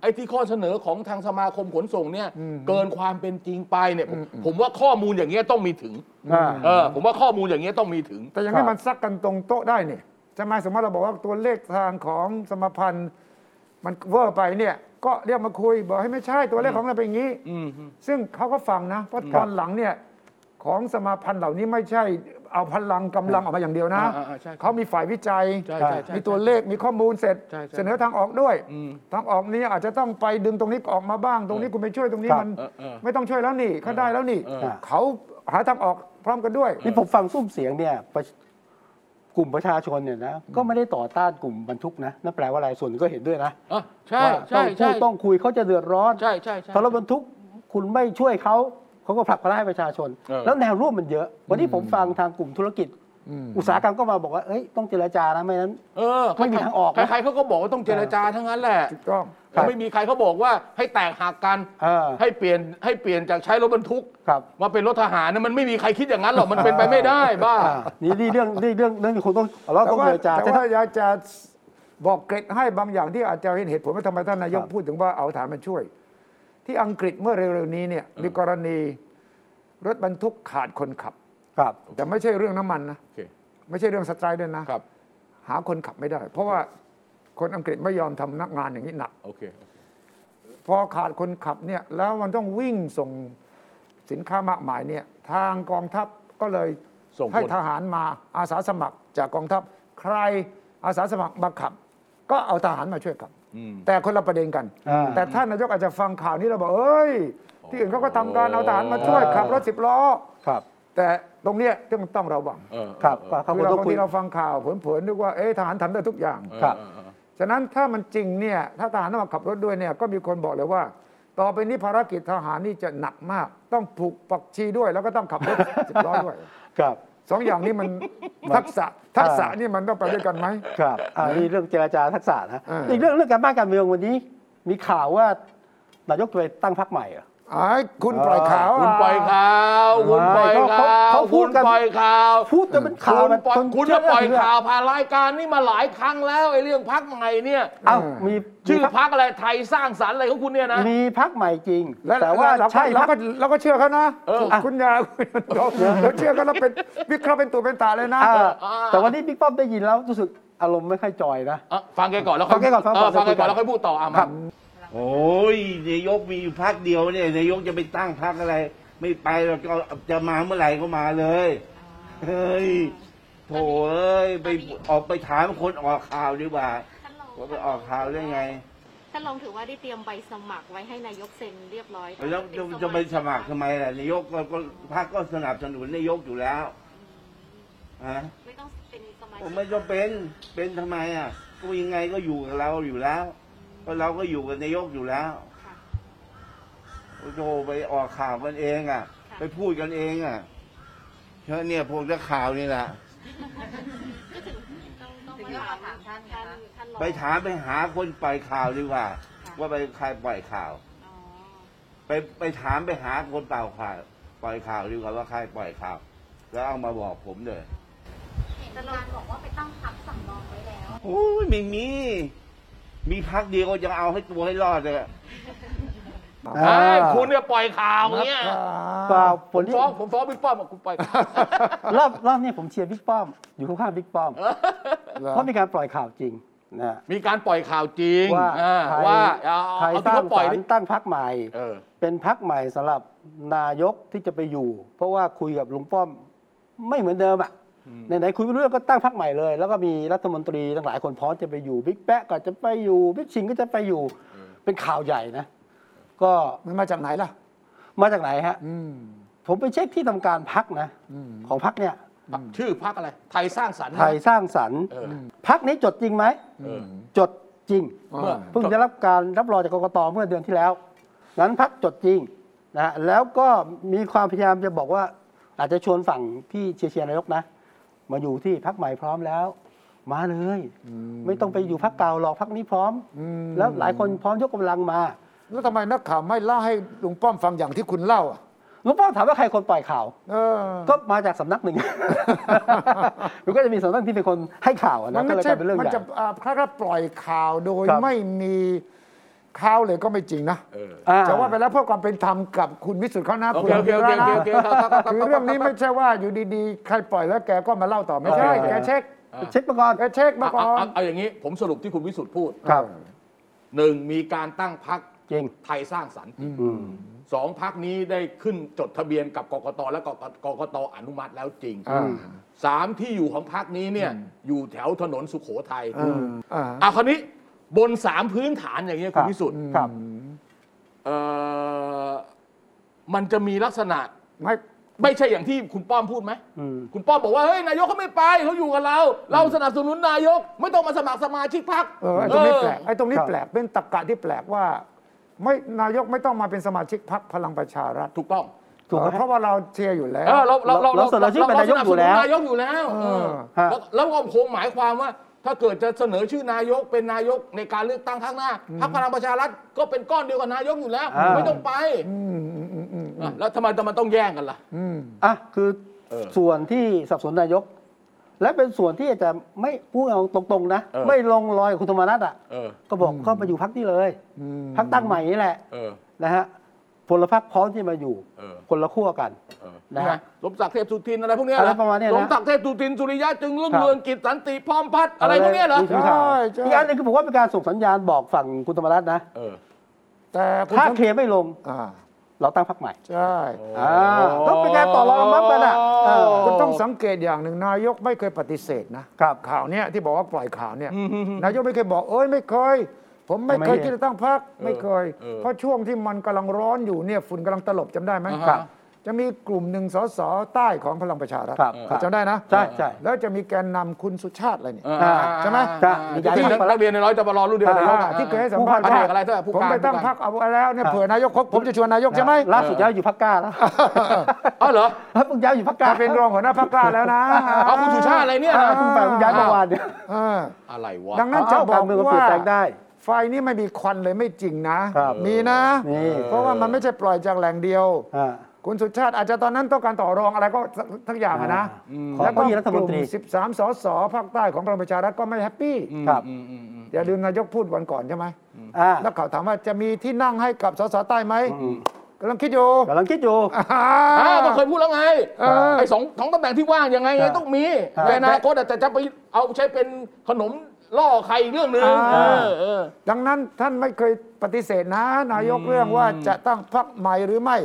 ไอ้ที่ข้อเสนอของทางสมาคมขนส่งเนี่ยเกินความเป็นจริงไปเนี่ยผมผมว่าข้อมูลอย่างเงี้ยต้องมีถึง
อ่า
เออผมว่าข้อมูลอย่างเงี้ยต้องมีถึง
แต่ยัง
ครั
ให้
บ
มันซักกันตรงโต๊ะได้เนี่ยจะมาสมมติเราบอกว่าตัวเลขทางของสมพันธ์ มันเวอร์ไปเนี่ย ก็เรียกมาคุยบอกให้ไม่ใช่ตัวเลขของเราเป็นอย่างนี้
อืม
ซึ่งเขาก็ฟังนะเพราะตอนหลังเนี่ยของสมาพันธ์เหล่านี้ไม่ใช่เอาพลังกำลังออกมาอย่างเดียวนะ
อ่าอ่าใช่
เขามีฝ่ายวิจัย
ใช่ใช่ใช่
มีตัวเลขมีข้อมูลเสร็จ
ใช่ใช่
เสนอทางออกด้วย
อืม
ทางออกนี้อาจจะต้องไปดึงตรงนี้ออกมาบ้าง ตรงนี้คุณไปช่วยตรงนี้
ครับ
มัน
เออเออ
ไม่ต้องช่วยแล้วนี่เขาได้แล้วนี่
เออ
เขาหาทางออกพร้อมกันด้วย
นี่ผมฟังซุ้มเสียงเนี่ยประชกลุ่มประชาชนเนี่ยนะก็ไม่ได้ต่อต้านกลุ่มบรรทุกนะนั่นแปลว่าอะไรส่วนหนึ่งก็เห็นด้วยนะ
อ่ะใช่
ว่าต้องพู
ใช่ใช่
ดต้องคุยเขาจะเดือดร้อน
ใช่ใช่ใช่
ถ้ารถบรรทุกคุณไม่ช่วยเขาเขาก็ผลักภาระให้ประชาชน
เออ
แล้วแนวร่วมมันเยอะ วันนี้ผมฟังทางกลุ่มธุรกิจ อุตสาหกรรมก็มาบอกว่าเอ้ยต้องเจรจานะไม่นั้น
เออ
ไม่มีทางออกนะ
ใครๆเขาก็บอกว่าต้องเจรจาทั้งนั้นแหละ
ถูกต้อง
ครับ
ไม่มีใครเขาบอกว่าให้แตกหักกัน
เอ อ
ให้เปลี่ยนให้เปลี่ยนจากใช้รถบรรทุก
ครับ
มาเป็นรถทหารนะมันไม่มีใครคิดอย่างนั้นหรอกมันเป็นไปไม่ได้บ้า
อ่านี่นี่เรื่องนี่เรื่องเรื่องที่คงต้องเรา
แต่
ต้อง
ว่า
เจรจา
แต่
แต่
ว่า
ถ้า
อยากจะบอกเกร็ดให้บางอย่างที่อาจจะเห็นเหตุผลว่าทำไมท่านนายก
ครับ
พูดถึงว่าเอาฐานมาช่วย ที่อังกฤษเมื่อเร็วๆนี้เนี่ยมีกรณีรถบรรทุกขาดคนขับ
ครับ
แต่ไม่ใช่เรื่องน้ำมันนะ
โอเค
ไม่ใช่เรื่องสไตรค์ด้วยนะครับ หาคนขับไม่ได้ เพราะว่าคนอังกฤษไม่ยอมทำนักงานอย่างนี้หนัก
โอเค
พอขาดคนขับเนี่ยแล้วมันต้องวิ่งส่งสินค้ามากมายเนี่ยทางกองทัพก็เลย
ส่งคน
ให้ทหารมาอาสาสมัครจากกองทัพ ใครอาสาสมัครมาขับ ก็เอาทหารมาช่วยขับ
อืม
แต่คนละประเด็นกัน
อ่า
แต่ท่านนายกอาจจะฟังข่าวนี้แล้วบอกเอ้ย ที่อื่นเขาก็ทำการเอาทหารมาช่วยขับรถสิบล้อ
ครับ
แต่ตรงเนี้ยต้องต้องระวัง
เออ
ครับ
เออ
ก็เขาค
คืองเรา
ต้อง
บาง
คุย
ทีเราฟังข่าวเผลอๆนึกว่าเอ๊ะทหารทำได้ทุกอย่าง
เออ
ครับ
เออเออ
ฉะนั้นถ้ามันจริงเนี่ยถ้าทหารต้องมาขับรถด้วยเนี่ยก็มีคนบอกเลยว่า ต่อไปนี้ภารกิจทหารนี่จะหนักมาก ต้องผูกปักชีด้วย แล้วก็ต้องขับรถ สิบล้อด้วย
ครับ
สองอย่างนี้มันทักษะทักษะนี่มันต้องไปด้วยกันไหม
ครับอ่านี่เรื่องเจรจาทักษะนะ
อ่า
อีกเรื่องเรื่องการบ้านการเมืองวันนี้ มีข่าวว่านายกจะไปตั้งพรรคใหม่เหรอ
ไอ้คุณปล่อยขาว
คุณปล่อยข่าวคุณปล่อย
ไม่
ข่า
เขา
ว
เขาพู
คุ
ด
ณ
กัน
ปล่อยข่าว
พูดจะเป็น
คุ
ข่าว
ณปล่อย
น
คุณ
เชื่
จะปล่อย
ไม่ถื
ข่าวผ่านรายการนี่มาหลายครั้งแล้วไอ้เรื่องพักใหม่เนี่ย
เอ้ามี
ชื่อ
มีพรรค
พักอะไรไทยสร้างสรรค์อะไรของคุณเนี่ยนะ
มีพรรคใหม่จริง
และ
แต่ว่า
เราก็
ใช่พ
เรา
รรค
ก็เราก็เชื่อเขานะ
เออ
คุณยา เราเราเชื่อเขาเราเป็นวิเคราะห์เป็นตัวเป็นตาเลยนะ
อ่าแต่วันนี้บิ๊กป้อมได้ยินแล้วรู้สึกอารมณ์ไม่ค่อยจอยนะ
อ่ะฟังแกก่อนแล้ว
ฟังแกก่อนฟัง
เ
ก่อน
ฟังแกก่อน
เดี๋
แล้
ยว วคุยกัน
ค่อยพูดต่ออ่ะมา
ครับ
โอ้ยนายกมีอยู่พักเดียวเนี่ยนายกจะไปตั้งพักอะไร ไม่ไปหรอกเราจะมาเมื่อไหร่ก็มาเลยเฮ้ยโถเอ้ยไปออกไปถามคนออกข่าวดีกว่า
ท่านรอง
ว่าไปออกข่าวได้ไง
ท่านรองถือว่าได้เตรียมใบสมัครไว้ให้นายกเซ็นเรียบร้อย
แล้วจะจะไปสมัครทำไมล่ะนายกก็ก็พรรคก็สนับสนุนนายกอยู่แล้วฮะ
ไม่ต้องเป็นสมาชิ
ผม
ก
ไม่จะเป็นเป็นทำไมอ่ะก็ยังไงก็อยู่กับเราอยู่แล้วก็เราก็อยู่กับนายกอยู่แล้ว
ค่ะ
โอ้โหไปออกข่าวกันเองอ่ะ
ค่ะ
ไปพูดกันเองอ่ะเพราะเนี่ยพวกนักข่าวนี่แหละ
ก็ถึงต้องต้องมาถามท่านท่านท่านรอง
ไปถามไปหาคนปล่อยข่าวดีกว่า ว่าไปใครปล่อยข่าว
อ๋อ
ไปไปถามไปหาคนเปล่าข่าวปล่อยข่าวดีกว่าว่าใครปล่อยข่าว แล้วเอามาบอกผมเลย
เห็นการบอกว่าไปตั้งพักสำรองไว้แล้ว
โอ้ยไม่มี มีพักเดียวยังเอาให้ตัวให้รอดเลยอะ
เอ้ยคุณเนี่ยปล่อยข่าวเงี้ย
เปล่าผ
ผม
ลที่
ฟ้องผมฟ้องบิ๊กป้อมบอกคุณปล่อยข่าว
รอบรอบนี้ผมเชียร์บิ๊กป้อม อยู่ข้างๆบิ๊กป้อมเพราะมีการปล่อยข่าวจริงนะ
มีการปล่อยข่าวจริง
ว่า
อ่า
ไทย
ว่าเอา
ไทย
เอา
ส
ที่
ร้าง
เขาปล่อย
สาร
ดิ
ค์ตั้งพักใหม่
เออ
เป็นพักใหม่สำหรับนายกที่จะไปอยู่ เพราะว่าคุยกับลุงป้อมไม่เหมือนเดิมอ่ะ ไหนๆคุยไม่รู้เรื่องก็ตั้งพรรคใหม่เลย แล้วก็มีรัฐมนตรีทั้งหลายคนพร้อมจะไปอยู่บิ๊กแปะก็จะไปอยู่บิ๊กชิงก็จะไปอยู่เป็นข่าวใหญ่นะ ก็
มันมาจากไหนล่ะ
มาจากไหนฮะ
อืม
ผมไปเช็คที่ทำการพักนะ
อืม
ของพักเนี่ย
ชื่อพักอะไร ไทยสร้างสรรค์
ไทยสร้างสรรค์
เออ
พักนี้จดจริงไหม
เออ
จดจริง
อ่า
เมื่อ
เพิ่งได้รับการรับรองจากกกตเมื่อเดือนที่แล้ว นั้นพักจดจริงนะฮะแล้วก็มีความพยายามจะบอกว่า อาจจะชวนฝั่งที่เชียร์เชียร์นายกนะ มาอยู่ที่พักใหม่พร้อมแล้ว มาเลย ไม่ต้องไปอยู่พักเก่าหรอกพักนี้พร้อม
อืม
แล้วหลายคนพร้อมยกกำลังมา
แล้วทำไมนักข่าวไม่เล่าให้ลุงป้อมฟังอย่างที่คุณเล่าอ่ะ
หลุงป้อมถามว่าใครคนปล่อยข่าว
เออ
ก็มาจากสำนักหนึ่ง มันก็จะมีสำนักที่เป็นคนให้ข่าวอะ
มั
นะ
น
ก็เลย
ไม่
ก
ใช่
ลายเป็นเรื่อง
มัน
ใหญ่
จะอ่าคล้ายๆปล่อยข่าวโดย
ครับ
ไม่มีข่าวเลยก็ไม่จริงนะ
เออ
อ่า
จะว่าไปแล้วเพื่อความเป็นธรรมกับคุณวิสุทธิ์เขานะ
โอ
คุณ
เคโอเคโอเค
วิระนะ
โอเคโอเคครับครับครับครับ
คือเรื่องนี้ไม่ใช่ว่าอยู่ดีๆ ใครปล่อยแล้วแกก็มาเล่าต่อไม่ใช่
โอเค
แกเช็ค
เช็คมาก่อน
แกเช็คมา
เอา
ก่
เอา
อน
เอาเอาอย่างนี้ ผมสรุปที่คุณวิสุทธ์พูด
ครับ
หนึ่งมีการตั้งพัก
จริง
ไทยสร้างสรรค์
อืม
สองพักนี้ได้ขึ้นจดทะเบียนกับกกตและกกกกตอนุมัติแล้วจริง
อ่า
สามที่อยู่ของพักนี้เนี่ยอยู่แถวถนนสุโขทัย
อ่า
เอาคราวนี้บนสามพื้นฐานอย่างเงี้ย
ค
คุ
รั
ณ
บ
วิสุทธ์
ครับ
เอ่อมันจะมีลักษณะ
ไม่
ไม่ใช่อย่างที่คุณป้อมพูดไหม
อืม
คุณป้อมบอกว่า เฮ้ย นายกเขาไม่ไปเขาอยู่กับเรา เราสนับสนุนนายก ไม่ต้องมาสมัครสมาชิกพรรค
เออไอ้ตรงนี้แปลก
เออ
ไอ้ตรงนี้
ครับ
แปลกเป็นตรรกะที่แปลกว่า ไม่นายกไม่ต้องมาเป็นสมาชิกพรรคพลังประชารัฐ
ถูกต้อง
ถูกไหม
เออเพราะว่าเราเชียร์อยู่แล้ว
เออเราเราเรา
เราสนับสนุนนายกอยู่แล้ว
เราสนับสนุนนายกอยู่แล้วเออ
ฮะ
แล้วแล้วก็คงหมายความว่า ถ้าเกิดจะเสนอชื่อนายกเป็นนายกในการเลือกตั้งครั้งหน้าพรรคพลังประชารัฐก็เป็นก้อนเดียวกับนายกอยู่แล้ว ไม่ต้องไปอ่ะแล้วทำไมทำไมต้องแย่งกันล่ะ
อ่ะคือ
เออ
ส่วนที่สนับสนุนนายก และเป็นส่วนที่อาจจะไม่พูดเอาตรงๆนะ
เออ
ไม่ลงรอยกับคุณธรรมนัฐอ่ะ
เออ
ก็บอกก็มาอยู่พักนี้เลยพักตั้งใหม่นี่แหละ
เออ
นะฮะพลพรรคพร้อมที่มาอยู่
เออ
คนละขั้วกัน
เออ
นะฮะ
สมศักดิ์เทพสุทินอะไรพวกเนี้ย
อะไร
เหอ
ประมาณเนี้ยนะ
สมศักดิ์เทพสุทินสุริยะจึงรุ่ง
ครับ
เรืองกิจสันติพร้อมพัฒน์อะไรพวกเนี้ยเหรอ
มีข่าว
ใช่ใช่
อีกอันหนึงคือผมว่าเป็นการส่งสัญญาณบอกฝั่งคุณธรรมนัฐนะ
เออ
แต่คุณ
ถ้า
สม
เคลียร์ไม่ลง
อ่า
เราตั้งพรรคใหม่
ใช่
อ่าต้องเป็นการต่อรองกันบ้างกันอ่ะเออ
คุณต้องสังเกตอย่างหนึ่งนายกไม่เคยปฏิเสธนะครับข่าวเนี้ยที่บอกว่าปล่อยข่าวเนี่ยนายกไม่เคยบอกเอ้ยไม่เคย ผมไม่เคย
ไม่เคย
ที่จะตั้งพรรคไม่เคย
เออ
เพราะช่วงที่มันกำลังร้อนอยู่เนี่ยฝุ่นกำลังตลบจำได้ไหม
อ่าฮะครับ
จะมีกลุ่มหนึ่งสสใต้ของพลังประชารัฐ
ครับครับ
จำได้นะ
ใช่ใช่
แล้วจะมีแกนนำคุณสุชาติอะไรเนี่ย
เออ
อ่า
ใช่ไหม
ครับ
ที่เด็กนักเรียนในร้อยจะมารอรุ่นเดียวกัน
อ่า
นายก
อ่า
อ่ะ
ที่เคยให้สัมภาษณ์
ผู้
ว่า
การอะไรเท่าไหร่ผู้
ผม
การ
ไปตั้งพรรคเอาไว้แล้วเนี่ยเผื่อนายกครบผมจะชวนนายกใช่ไหม
ล่าสุดย้ายอยู่พักกล้าแล้ว
เออเหรอ
แล้วเพิ่งย้ายอยู่พักกล้า
ถ้าเป็นรองหัวหน้าพรรคกล้าแล้วนะ
เอาคุณสุชาติอะไรเนี่ย
อ่า
นะ
คุณไปคุณย้ายเมื่อวานเนี่ย
เออ
อะไรวะ
ดังนั้นจะบอก
เมืองมันเปลี่
ว่าย
นแปลงได้
ไฟนี่ไม่มีควันเลยไม่จริงนะครับ มีนะ
นี่
เพราะว่ามันไม่ใช่ปล่อยจากแหล่งเดียว
อ่า
คุณสุชาติอาจจะตอนนั้นต้องการต่อรองอะไรก็สักทั้งอย่างอะนะ
อืม
แล้วก็
ขอเก้าอี้รัฐ
ก
มน
ลุ่ม
ตรี
13 สสภาคใต้ของพลังประชารัฐก็ไม่แฮปปี้
ครับ
อย่าลืมนายกพูดวันก่อนใช่ไหม
อ่า
นักข่าวถามว่าจะมีที่นั่งให้กับสสใต้ไหมกำลังคิดอยู่
กำลังคิดอยู่
อ้าวก็เคยพูดแล้วไงไอ้สองสองตำแหน่งที่ว่างยังไง
ใช่
ต้องมี
ครับ
ในอนาคตอาจจะจะไปเอาใช้เป็นขนมล่อใครอีกเรื่องหนึ่ง
อ่า
เออเออ
ดังนั้นท่านไม่เคยปฏิเสธนะ นายกเรื่องว่าจะตั้งพรรคใหม่หรือไม่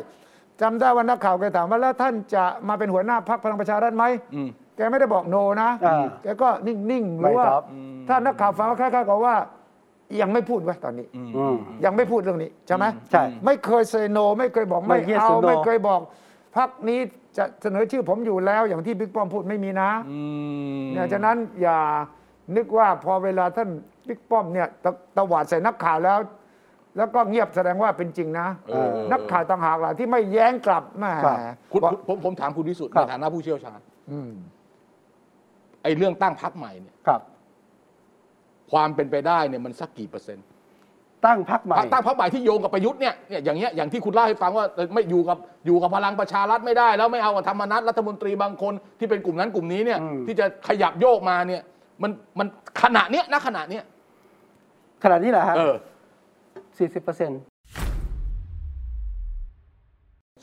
จำได้วันนักข่าวเคยถามว่าแล้วท่านจะมาเป็นหัวหน้าพรรคพลังประชารัฐไหมแกไม่ได้บอกโนนะ
อ่า
แกก็นิ่งๆหรือว่า
ไม่ตอบ
ถ้านักข่าวฟังก็คล้ายๆกับว่า ยังไม่พูดไว้ตอนนี้
อืม
ยังไม่พูดเรื่องนี้ใช่ไหม
ใช่
ไม่เคยเซโน ไม่เคยบอก
ไม่
ไม่
yes
เอา
or no
ไม่เคยบอกพักนี้จะเสนอชื่อผมอยู่แล้ว อย่างที่บิ๊กป้อมพูดไม่มีนะเนี่ยฉะนั้นอย่านึกว่าพอเวลาท่านบิ๊กป้อมเนี่ยตะตะหวาดใส่นักข่าวแล้ว แล้วก็เงียบแสดงว่าเป็นจริงนะ
เออ
นักข่าวต่างหากล่ะที่ไม่แย้งกลับแหม
ครับ
คุณ
บอก
คุณผมผมถามคุณวิสุทธิ์
ครับ
ในฐานะผู้เชี่ยวชาญไอ้เรื่องตั้งพักใหม่เนี่ย
ครับ
ความเป็นไปได้เนี่ยมันสักกี่เปอร์เซ็นต์
ตั้งพักใหม่
ตั้งพรรคใหม่ที่โยงกับประยุทธ์เนี่ยเนี่ยอย่างเงี้ยอย่างที่คุณเล่าให้ฟังว่าเออไม่อยู่กับอยู่กับพลังประชารัฐไม่ได้ แล้วไม่เอากับธรรมนัฐรัฐมนตรีบางคนที่เป็นกลุ่มนั้นกลุ่มนี้เนี่ย
อืม
ที่จะขยับโยกมาเนี่ยมันมันขณะเนี้ยนะขณะเนี้ย
ขนาดนี้แหละฮะ
เออ
สี่สิบเปอร์เซ็นต์